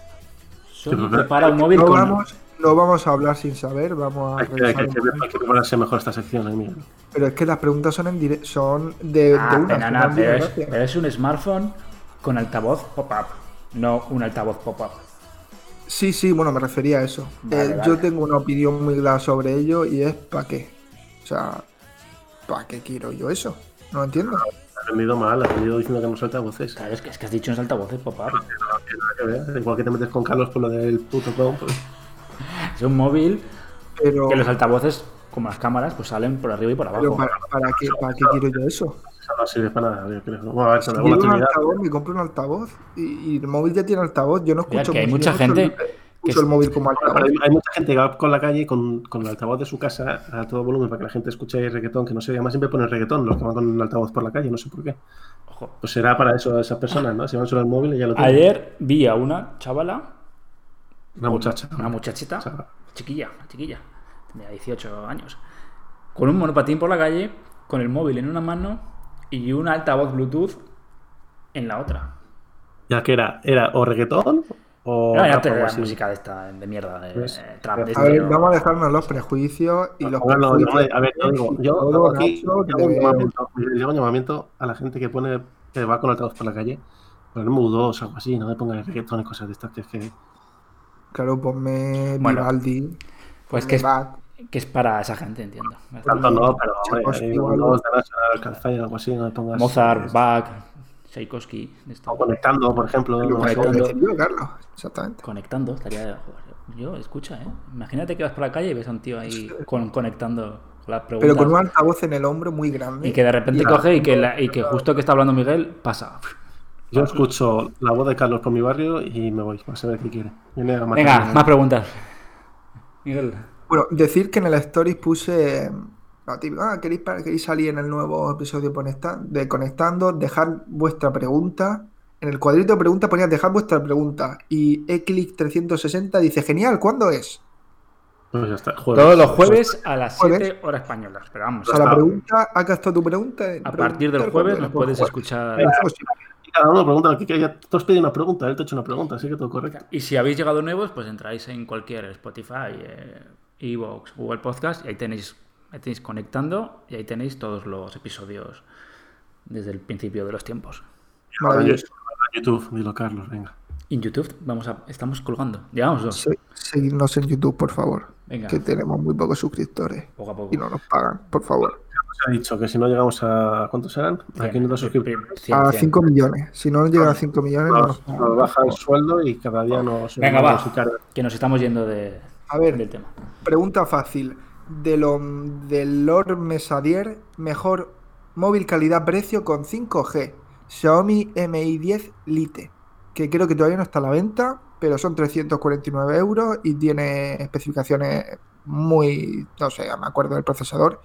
S2: Sony prepara un móvil
S4: No
S2: con...
S4: vamos, no vamos a hablar sin saber, vamos a
S3: Hay que, hay que,
S4: revisar
S3: hay
S4: un
S3: que,
S4: momento.
S3: hay que prepararse mejor esta sección, eh, mira.
S4: Pero es que las preguntas son en dire- son de,
S2: Ah,
S4: de una.
S2: pero, nada,
S4: son de
S2: pero
S4: una
S2: es,
S4: gracia.
S2: pero es un smartphone con altavoz pop-up, no un altavoz pop-up.
S4: Sí, sí, bueno, me refería a eso.
S2: Vale,
S4: Eh,
S2: vale.
S4: Yo tengo una opinión muy clara sobre ello y es ¿para qué? O sea, ¿para qué quiero yo eso? No lo entiendo.
S3: Ha rendido mal, ha rendido diciendo que no suelta voces.
S2: Claro, es que, es que has dicho unos altavoces pop-up.
S3: Igual que te metes con Carlos por lo del puto com, pues.
S2: Es un móvil
S4: Pero,
S2: que los altavoces, como las cámaras, pues salen por arriba y por
S4: pero
S2: abajo.
S4: ¿para, para qué, ¿para qué quiero yo eso?
S3: Eso no sirve para nada, yo creo. Vamos a ver, con
S4: Quiero
S3: alguna
S4: un
S3: actividad.
S4: altavoz, me compro un altavoz y, y el móvil ya tiene altavoz. Yo no
S2: Mira,
S4: escucho
S2: que hay
S4: música,
S2: mucha
S4: escucho el-
S2: gente que
S4: Escucho el
S2: es-
S4: móvil como altavoz.
S3: Hay, hay mucha gente que va con la calle con, con el altavoz de su casa a todo volumen para que la gente escuche reggaetón, que no sé, además siempre ponen reggaetón los que van con el altavoz por la calle, no sé por qué.
S2: Ojo.
S3: Pues será para eso esas personas, ¿no? Si van solo al móvil y ya lo tienen.
S2: Ayer vi a una chavala,
S3: Una muchacha.
S2: una muchachita,
S3: Chavala.
S2: chiquilla, una chiquilla, tenía 18 años, con un monopatín por la calle, con el móvil en una mano y un altavoz Bluetooth en la otra.
S3: Ya que era, era o reggaetón o.
S4: Oh, ah,
S2: No, era
S3: rap o algo
S2: la
S3: así.
S2: música de esta, de mierda, de
S3: Pues,
S2: eh, trap. de
S3: a
S4: pues A
S2: este,
S4: ver,
S2: ¿no?
S4: vamos a dejarnos los prejuicios y los
S3: Ahora no,
S4: prejuicios.
S3: no, a ver, yo digo, yo hago
S4: Todo,
S3: aquí
S4: Nacho,
S3: yo hago un
S4: te-
S3: llamamiento, yo hago un llamamiento a la gente que pone que va con altavoz por la calle, poner mudos o algo así, no me pongan reggaetón y cosas de estas que es que.
S4: Claro, ponme
S2: Bueno,
S4: Vivaldi.
S2: Pues que
S4: ponme
S2: es,
S4: Bach.
S2: que es para esa gente, entiendo.
S3: Tanto no, pero hombre,
S4: Chicos,
S3: hay
S4: igual-
S3: mudos de National Calzai o algo así, no me pongas.
S2: Mozart,
S3: eh,
S2: Bach, Tchaikovsky, de esto.
S3: o conectando, por ejemplo.
S4: Lo
S3: no
S4: que
S3: sé.
S4: acabo de
S2: conectando.
S4: decir yo, Carlos. Exactamente.
S2: Conectando, estaría. joder, Yo, escucha, ¿eh? Imagínate que vas por la calle y ves a un tío ahí con- conectando las preguntas.
S4: Pero con un altavoz en el hombro muy grande.
S2: Y que de repente
S3: Ya.
S2: coge y que, la- y que justo que está hablando Miguel pasa.
S3: Yo escucho la voz de Carlos por mi barrio y me voy, a saber qué quiere. Viene a matarme.
S2: Venga, más preguntas. Miguel.
S4: Bueno, decir que en el Stories puse eh, lo típico, ah, ¿queréis, pa- queréis salir en el nuevo episodio de Conecta- de Conectando, dejar vuestra pregunta. En el cuadrito de preguntas ponía dejar vuestra pregunta. Y eclick360 dice, genial, ¿cuándo es?
S3: Pues ya está, jueves.
S2: Todos los jueves a las
S4: Jueves.
S2: 7 horas españolas. Pero
S4: O
S2: vamos,
S4: sea,
S3: Ya
S4: la
S3: está.
S4: pregunta, acá está tu pregunta.
S2: a partir del jueves nos puedes escuchar.
S4: Pues,
S3: Y cada uno pregunta lo que quiera. Tú has pedido una pregunta, él te ha hecho una pregunta, así que todo correcto.
S2: Y si habéis llegado nuevos, pues entráis en cualquier Spotify, eh, Evox, Google Podcast, y ahí tenéis, ahí tenéis conectando y ahí tenéis todos los episodios desde el principio de los tiempos. Ah,
S4: Maravilloso.
S3: A YouTube, dilo Carlos, venga.
S2: Y en YouTube vamos a, estamos colgando. Llevamos dos.
S4: Se- Seguidnos en YouTube, por favor.
S2: Venga,
S4: Que tenemos muy pocos suscriptores.
S2: poco a poco.
S4: Y no nos pagan, por favor.
S3: Nos ha dicho que si no llegamos a. ¿Cuántos serán? A
S2: eh,
S3: 500 suscriptores.
S2: 5
S4: a 5 millones. Si no llegan a 5 millones, no nos
S3: Nos,
S4: pagan.
S3: nos baja el sueldo y cada día nos.
S2: Venga,
S3: nos
S2: va.
S3: carga.
S2: Que nos estamos yendo de,
S4: A ver.
S2: del tema.
S4: Pregunta fácil. De lo, del Lord Mesadier, mejor móvil calidad-precio con 5G. Xiaomi Mi 10 Lite. Que creo que todavía no está a la venta, pero son 349 euros y tiene especificaciones muy. No sé, me acuerdo del procesador,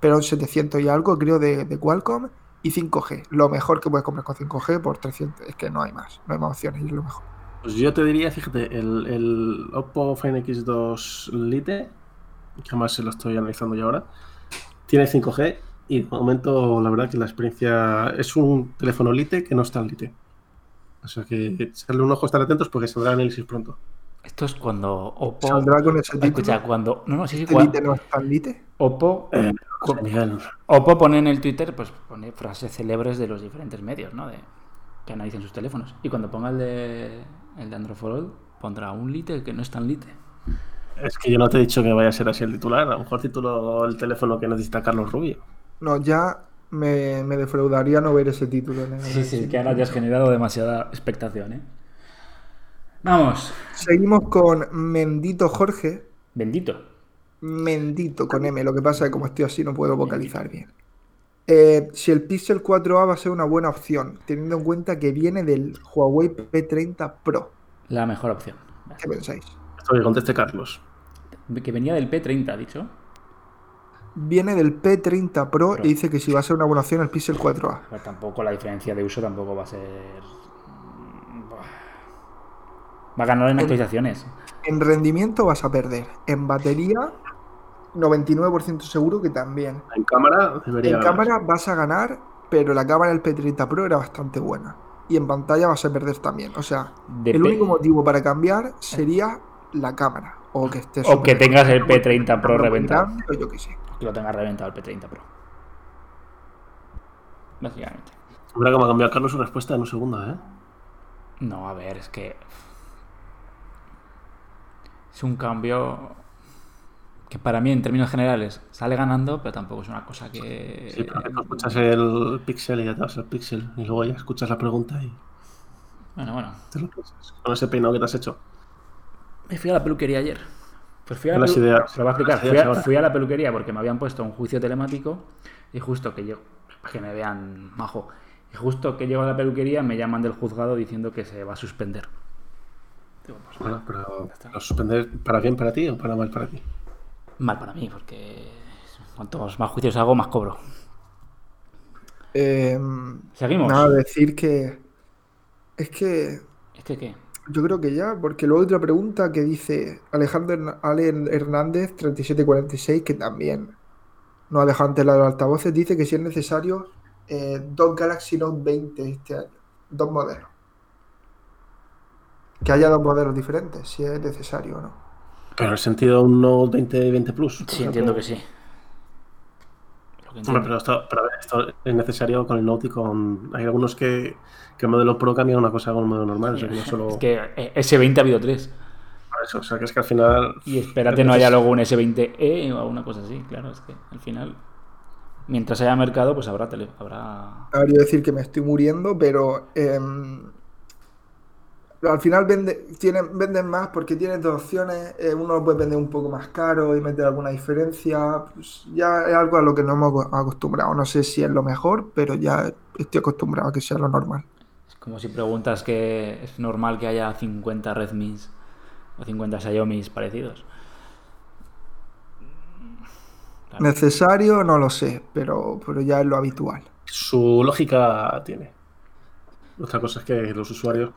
S4: pero 700 y algo, creo, de, de Qualcomm. Y 5G, lo mejor que puedes comprar con 5G por 300. Es que no hay más, no hay más opciones, y es lo mejor.
S3: Pues yo te diría, fíjate, el, el Oppo Fine X2 Lite, que además se lo estoy analizando yo ahora, tiene 5G y de momento la verdad que la experiencia es un teléfono Lite que no está en Lite. O sea que echarle un ojo, estar atentos porque saldrá análisis pronto.
S2: Esto es cuando Oppo.
S4: ¿Saldrá con ese
S2: Escucha,
S4: título?
S2: cuando. No, no, sí, sí,
S4: ¿Este
S2: cuando
S4: Lite no está en Lite?
S2: Oppo.
S3: O sea, Miguel,
S2: Oppo pone en el Twitter, pues pone frases célebres de los diferentes medios, ¿no? De, que analicen sus teléfonos. Y cuando ponga el de, el de Android for All, pondrá un lite que no es tan lite.
S3: es que yo no te he dicho que vaya a ser así el titular, a lo mejor titulo el teléfono que necesita Carlos Rubio.
S4: No, ya me, me defraudaría no ver ese título. en el-
S2: que ahora ya has generado demasiada expectación, ¿eh? Vamos.
S4: Seguimos con Mendito Jorge.
S2: Bendito.
S4: Mendito con M. Lo que pasa es que como estoy así no puedo vocalizar bien. Eh, si el Pixel 4A va a ser una buena opción, teniendo en cuenta que viene del Huawei P30 Pro.
S2: La mejor opción.
S4: ¿Qué pensáis?
S3: Esto que conteste Carlos.
S2: Que venía del P30, ha dicho.
S4: Viene del P30 Pro
S2: Pro.
S4: y dice que si va a ser una buena opción el Pixel 4A.
S2: Pues tampoco la diferencia de uso tampoco va a ser. mm, Va a ganar en actualizaciones.
S4: En rendimiento vas a perder. En batería, 99% seguro que también.
S3: En cámara debería.
S4: en
S3: ganar.
S4: cámara vas a ganar, pero la cámara del P30 Pro era bastante buena. Y en pantalla vas a perder también. O sea,
S2: De
S4: el
S2: P-
S4: único motivo para cambiar sería la cámara. O que estés
S2: O que
S4: súper-
S2: tengas el P30 Pro
S4: muy
S2: reventado.
S4: grande, o yo qué sé.
S2: Que lo tenga reventado el P30 Pro. Básicamente.
S3: Mira cómo ha cambiado Carlos su respuesta en un segundo, ¿eh?
S2: No, a ver, es que. Es un cambio. Que para mí, en términos generales, sale ganando, pero tampoco es una cosa que.
S3: Sí, pero que tú escuchas el pixel y ya te vas al pixel. Y luego ya escuchas la pregunta y
S2: Bueno, bueno.
S3: te lo piensas. Con ese peinado que te has hecho.
S2: Me fui a la peluquería ayer. Pues fui a la
S3: Buenas
S2: pelu-
S3: ideas.
S2: Se lo voy a explicar.
S3: Buenas
S2: Fui
S3: ideas
S2: a,
S3: ahora.
S2: fui a la peluquería porque me habían puesto un juicio telemático y justo que llego, para que me vean majo, y justo que llego a la peluquería me llaman del juzgado diciendo que se va a suspender. Digo, pues,
S3: Bueno, pero ¿lo suspender para bien para ti o para mal para ti?
S2: mal para mí porque cuantos más juicios hago, más cobro.
S4: Em,
S2: Seguimos.
S4: Nada, decir que. Es que
S2: ¿Es que qué?
S4: yo creo que ya, porque luego hay otra pregunta que dice Alejandro Hern- Ale Hernández, 3746, que también no ha dejado antes la de los altavoces, dice que si es necesario eh, dos Galaxy Note 20 este año, dos modelos. Que haya dos modelos diferentes, si es necesario o no.
S3: Pero en el sentido un Note 20 y 20 Plus. por
S2: Sí,
S3: ejemplo.
S2: entiendo que sí. Lo que
S3: Hombre,
S2: entiendo.
S3: pero esto, pero a ver, esto es necesario con el Note y con. Hay algunos que, que el modelo Pro cambia una cosa con el modelo normal. o sea, que no solo
S2: Es que eh, S20 ha habido tres.
S3: para eso. O sea, que es que al final.
S2: Y espérate no haya luego un S20e o una cosa así, claro, es que al final, mientras haya mercado, pues habrá tele, habrá...
S4: Habría decir que me estoy muriendo, pero em, al final vende- tienen, venden más porque tienes dos opciones. eh, uno lo puede vender un poco más caro y meter alguna diferencia. pues ya es algo a lo que no hemos aco- acostumbrado. No sé si es lo mejor, pero ya estoy acostumbrado a que sea lo normal.
S2: Es como si preguntas que es normal que haya 50 Redmis o 50 Xiaomi's parecidos. Claro.
S4: ¿Necesario? No lo sé, pero, pero ya es lo habitual.
S3: Su lógica tiene. Otra cosa es que los usuarios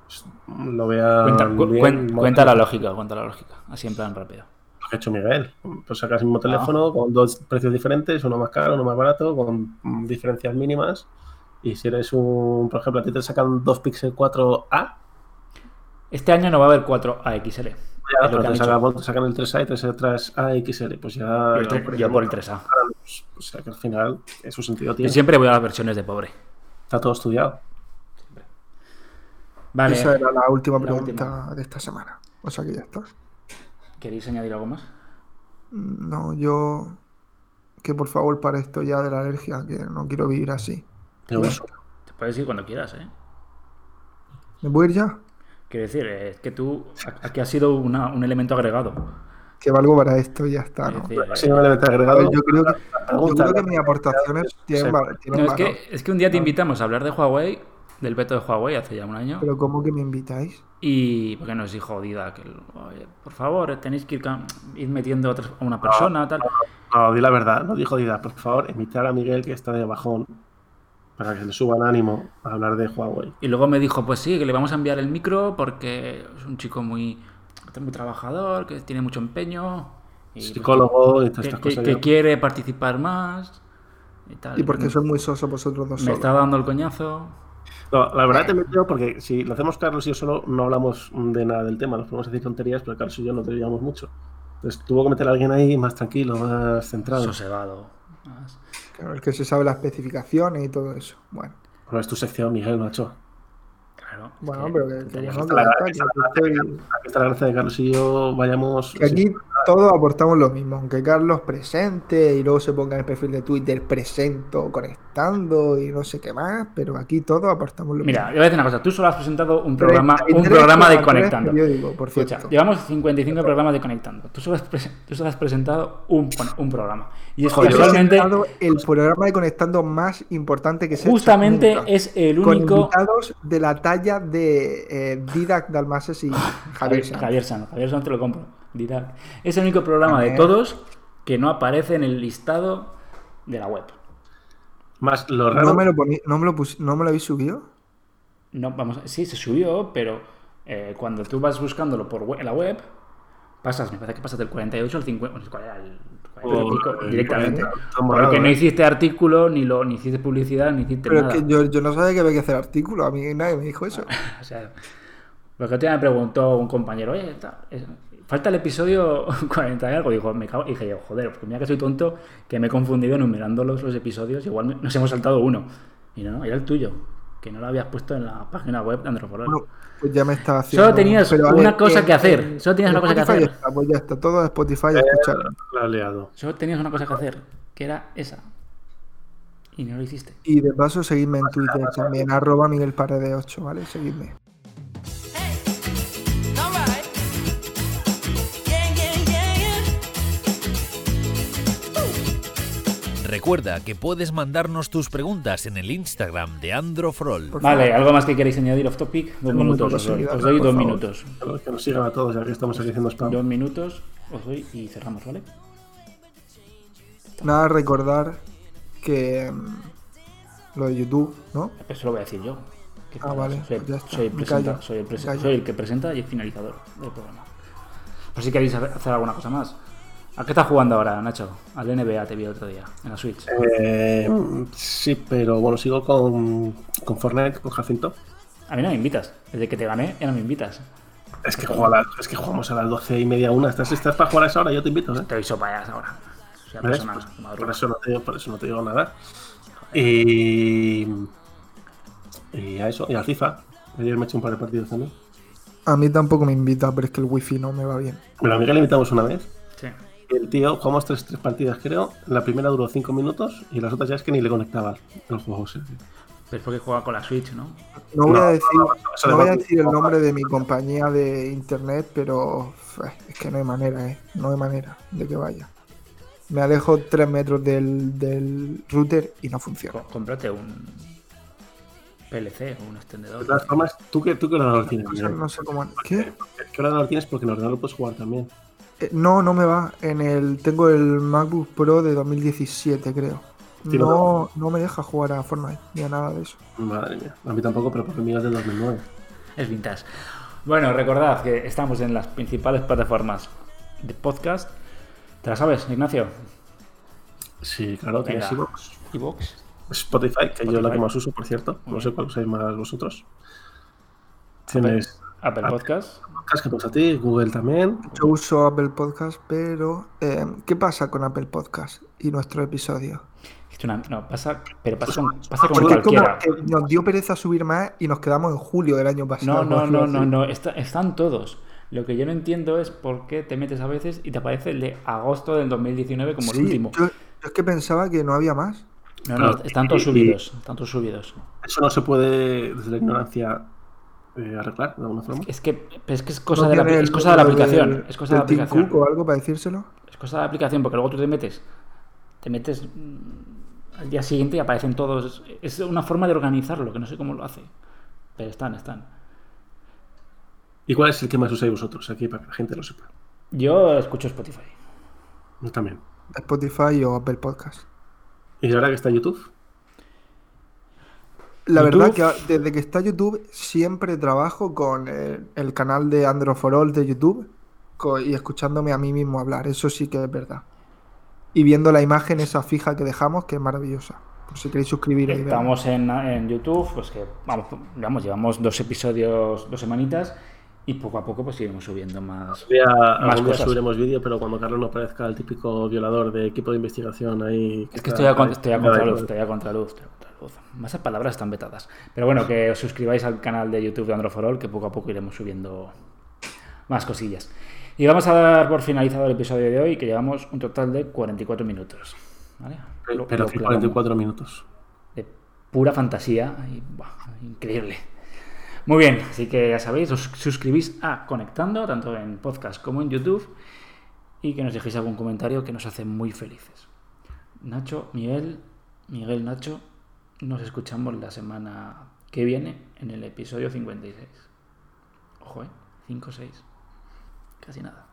S3: lo vean.
S2: Cuenta, cu-
S3: bien,
S2: cuen-
S3: modelos.
S2: cuenta la lógica, cuenta la lógica, así en plan rápido.
S3: Lo que ha hecho Miguel. Pues sacas
S4: Ah.
S3: el mismo teléfono con dos precios diferentes, uno más caro, uno más barato, con mm, diferencias mínimas. Y si eres un, por ejemplo, a ti te sacan dos Pixel 4A,
S2: Este año no va a haber 4 AXL.
S3: ya,
S2: Es lo
S3: pero
S2: que han
S3: te sacan,
S2: dicho.
S3: te sacan el 3A y te sacan el 3A XL. Pues
S2: Yo-
S3: ya. ya, por
S2: Yo
S3: ejemplo,
S2: por el 3A.
S3: pues, O sea que al final, en su sentido
S2: Yo
S3: tiene.
S2: siempre voy a las versiones de pobre.
S3: Está todo estudiado.
S2: Vale,
S4: Esa era la última
S2: la
S4: pregunta
S2: última.
S4: de esta semana. O sea que ya está.
S2: ¿queréis añadir algo más?
S4: No, yo... Que por favor para esto ya de la alergia, que no quiero vivir así.
S3: Yo uso.
S2: Te puedes ir cuando quieras, ¿eh?
S4: ¿Me puedo ir ya?
S2: Quiero decir, eh, es que tú, a- aquí ha sido una- un elemento agregado.
S4: que valgo para esto y ya está, ¿no?
S2: Es decir,
S3: Sí,
S2: eh,
S3: no le metes
S4: A
S3: agregado.
S4: ver, yo creo que, yo
S3: pregunta,
S4: creo que
S3: la-
S4: mis aportaciones tienen,
S3: sí.
S4: val- tienen
S2: no, es,
S4: valor.
S2: que, es que un día te invitamos a hablar de Huawei, del veto de Huawei hace ya un año,
S4: Pero ¿cómo que me invitáis?
S2: y porque nos dijo Dida que, "Oye, por favor, tenéis que ir, cam- ir metiendo a, otras- a una persona, tal.
S3: No, di la verdad, no dijo Dida. Por favor, imitar a Miguel que está de bajón para que le suban ánimo a hablar de Huawei.
S2: Y luego me dijo, pues sí, que le vamos a enviar el micro porque es un chico muy, muy trabajador, que tiene mucho empeño. y, pues,
S3: Psicólogo y todas
S2: que,
S3: estas
S2: que-
S3: cosas.
S2: que
S3: yo-
S2: quiere participar más. Y, tal. Mm,
S4: Y porque sois muy sosos vosotros dos
S2: Me
S4: solos.
S2: está dando el coñazo.
S3: No, la verdad te metido porque si lo hacemos Carlos y yo solo, no hablamos de nada del tema, nos podemos decir tonterías, pero Carlos y yo no te llevamos mucho. Entonces tuvo que meter a alguien ahí más tranquilo, más centrado.
S2: Sosegado. más.
S4: Claro, el que se sabe las especificaciones y todo eso. Bueno,
S3: Bueno, es tu sección, Miguel, macho.
S2: Claro. es
S4: bueno
S2: que
S4: pero que, que
S2: tonterías.
S4: bueno,
S3: está
S4: que
S3: la-
S4: ya está, que estoy-
S3: Aquí está la gracia de Carlos y yo vayamos
S4: que aquí todos aportamos lo mismo, aunque Carlos presente y luego se ponga en el perfil de Twitter presento, conectando y no sé qué más, pero aquí todos aportamos lo
S2: Mira,
S4: mismo.
S2: yo voy a decir una cosa. Tú solo has presentado un programa, un
S4: 33
S2: programa de
S4: colaboradores
S2: Conectando.
S4: periódicos, por
S2: Escucha,
S4: cierto.
S2: llevamos 55 programas de Conectando. Tú solo has, presen- tú solo has presentado un, un programa. Y es
S3: Joder,
S4: He
S2: casualmente,
S4: presentado el programa de conectando más importante que se ha hecho
S2: justamente
S4: nunca,
S2: es el
S4: con
S2: único...
S4: invitados de la talla de eh, Didac Dalmases y Javier.
S2: Ah, Javier
S4: Sanz.
S2: Sanz. Javier Sanz, Javier Sanz te lo compro. Dirá. Es el único programa de
S4: Javier.
S2: todos que no aparece en el listado de la web.
S3: Más lo raro.
S4: No me lo poni- no me lo pus- no me lo habéis subido.
S2: No, vamos, sí, se subió, pero eh, cuando tú vas buscándolo por we- en la web, pasas, me parece que pasas del 48 al 50, bueno, ¿cuál era? El 40 y
S3: Oh,
S2: pico,
S3: el
S2: directamente.
S3: 40, está morado,
S2: Porque no
S3: eh.
S2: hiciste artículo, ni lo, ni hiciste publicidad, ni hiciste
S4: Pero
S2: nada. Ah.
S4: es que yo, yo no sabía que había que hacer artículo, a mí nadie me dijo eso.
S2: O sea, porque otro día me preguntó un compañero, oye, ta- es- falta el episodio 40 y algo. Dijo, me cago. y dije yo, joder, porque mira que soy tonto, que me he confundido enumerando los, los episodios, igual me- nos hemos saltado uno. Y no, era el tuyo, que no lo habías puesto en la página web de Androforol.
S4: Bueno, pues ya me estaba haciendo.
S2: Solo tenías
S4: pero a
S2: una cosa que hacer, solo tenías
S4: en
S2: una cosa que
S4: Spotify
S2: hacer.
S4: está, pues ya está, todo Spotify a escuchar.
S3: La he liado.
S2: Solo tenías una cosa que hacer, que era esa. Y no lo hiciste.
S4: Y de paso, seguidme en Twitter también, arroba Miguel Paredes 8, ¿vale? Seguidme.
S5: Alright. Yeah, yeah, yeah, yeah.
S1: Recuerda que puedes mandarnos tus preguntas en el Instagram de Androfrol.
S4: Por
S2: Vale, ¿algo más que queréis añadir off topic? Dos
S4: Tengo muy
S2: minutos,
S4: poca
S2: os doy,
S4: seguridad,
S2: os doy
S4: por
S2: dos
S4: favor.
S2: minutos.
S3: A los que nos sigan a todos, ya que estamos aquí haciendo spam.
S2: Dos minutos, os doy y cerramos, ¿vale?
S4: Nada, recordar que. mm, lo de YouTube, ¿no?
S2: Eso lo voy a decir yo. Que-
S4: Ah, vale,
S2: Soy,
S4: pues ya está.
S2: soy el
S4: Me
S2: presenta-
S4: callo,
S2: soy el presen-
S4: me callo.
S2: soy el que presenta y el finalizador del programa. Por si queréis hacer alguna cosa más. ¿A qué estás jugando ahora, Nacho? Al NBA te vi el otro día, en la Switch.
S3: Eh, sí, pero bueno, sigo con, con Fortnite, con Jacinto.
S2: A mí no me invitas. Desde que te gané, ya no me invitas.
S3: Es que, juego a las- es que jugamos a las 12 y media, una. Estás, estás para jugar a esa hora, yo te invito, ¿eh?
S2: Te aviso para allá ahora. Soy una
S3: ¿Ves?
S2: persona
S3: Pues,
S2: que madruga.
S3: por, eso no te, por eso no te digo nada. Y, y a eso, y al FIFA. Ayer me he hecho un par de partidos también.
S4: A mí tampoco me invita, pero es que el wifi no me va bien.
S3: Pero a Miguel le invitamos una vez.
S2: Sí.
S3: y El tío, jugamos tres, tres partidas, creo. La primera duró cinco minutos y las otras ya es que ni le conectaba el juego. o sea que-
S2: Pero es porque juega con la Switch, ¿no?
S4: No voy
S3: No,
S4: a
S3: no,
S4: decir,
S3: no, eso
S4: no
S3: le va
S4: voy a
S3: a-
S4: decir el nombre de mi compañía de internet, pero fue, es que no hay manera, ¿eh? No hay manera de que vaya. Me alejo 3 metros del, del router y no funciona.
S2: Co- cómprate un PLC o un
S3: De
S2: extendedor.
S3: todas formas, ¿tú qué, tú qué ordenador tienes?
S4: No sé,
S3: Miguel?
S4: Pues no sé cómo. ¿Qué?
S3: ¿Qué ordenador tienes? Porque en ordenador puedes jugar también.
S4: Eh, no, no me va. En el tengo el MacBook Pro de 2017, creo.
S3: Sí, lo
S4: No, no me deja jugar a Fortnite ni a nada de eso.
S3: Madre mía. A mí tampoco, pero porque mío es de 2009.
S2: Es vintage. Bueno, recordad que estamos en las principales plataformas de podcast. ¿Te la sabes, Ignacio?
S3: Sí, claro, tienes
S2: Venga.
S3: iVoox.
S2: Evox.
S3: Spotify, que yo es la que
S2: Spotify.
S3: más uso, por cierto. No sé cuál usáis más vosotros. Tienes
S2: Apple
S4: Ah.
S3: Apple.
S2: Podcast.
S3: podcast que te gusta a ti, Google también.
S4: Yo uso Apple Podcast, pero eh, ¿qué pasa con Apple Podcast y nuestro episodio?
S2: Es una- no, pasa, pero pasa con, pasa con
S4: Porque es Pues como
S2: cualquiera.
S4: que nos dio pereza subir más y nos quedamos en julio del año pasado.
S2: No, no, no, no, no. está- están todos. Lo que yo no entiendo es por qué te metes a veces y te aparece el de agosto del 2019 como
S4: Sí,
S2: el último.
S4: Yo, yo es que pensaba que no había más.
S2: No, no,
S3: Claro,
S2: están todos
S3: y-
S2: subidos. Están todos subidos.
S3: Eso no se puede, desde la ignorancia, eh, arreglar de alguna forma.
S2: Mm. Es que, pero es, que es, cosa
S4: ¿No
S2: de la,
S4: tiene
S2: apli- es
S4: el
S2: cosa de la
S4: número
S2: aplicación.
S4: del-
S2: es cosa de la
S4: del Tim
S2: aplicación.
S4: Cook o algo para decírselo?
S2: Es cosa de la aplicación, porque luego tú te metes, te metes mm, al día siguiente y aparecen todos. Es una forma de organizarlo, que no sé cómo lo hace. Pero están, están.
S3: ¿Y cuál es el que más usáis vosotros aquí para que la gente lo sepa?
S2: Yo escucho Spotify.
S3: Yo también.
S4: Spotify o Apple Podcast.
S3: ¿Y ahora que está YouTube?
S4: La verdad
S2: YouTube.
S4: que a- desde que está YouTube siempre trabajo con el, el canal de Androforol de YouTube co- y escuchándome a mí mismo hablar, eso sí que es verdad. Y viendo la imagen esa fija que dejamos, que es maravillosa. Por si queréis suscribiros. y ver.
S2: Estamos en, en YouTube, pues que vamos, vamos, llevamos dos episodios, dos semanitas, y poco a poco pues iremos subiendo más.
S3: Algún día,
S2: Más
S3: algún día
S2: cosas.
S3: subiremos vídeo, pero cuando Carlos no parezca el típico violador de equipo de investigación ahí.
S2: Es que estoy a, con- estoy a contraluz,
S3: usted.
S2: estoy a contraluz, estoy a contraluz. Más esas palabras están vetadas. Pero bueno, que os suscribáis al canal de YouTube de Androforol, que poco a poco iremos subiendo más cosillas. Y vamos a dar por finalizado el episodio de hoy, que llevamos un total de 44 minutos. ¿vale? Lo-
S3: Pero
S2: lo
S3: hace
S2: clavamos.
S3: 44 minutos.
S2: de pura fantasía. y, buah, increíble. Muy bien, así que ya sabéis, os suscribís a Conectando, tanto en podcast como en YouTube, y que nos dejéis algún comentario que nos hace muy felices. Nacho, Miguel, Miguel, Nacho, nos escuchamos la semana que viene en el episodio 56. Ojo, ¿eh? 5 6. Casi nada.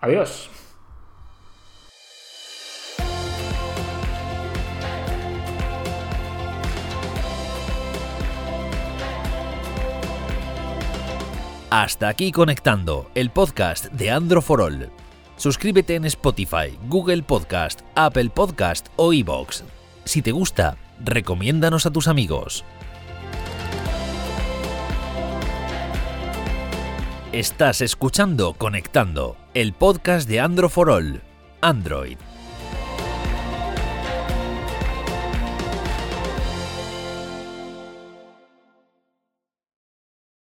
S2: Adiós.
S1: Hasta aquí Conectando, el podcast de Andro for All. Suscríbete en Spotify, Google Podcast, Apple Podcast o iVoox. Si te gusta, recomiéndanos a tus amigos. Estás escuchando Conectando, el podcast de Andro for All. Android,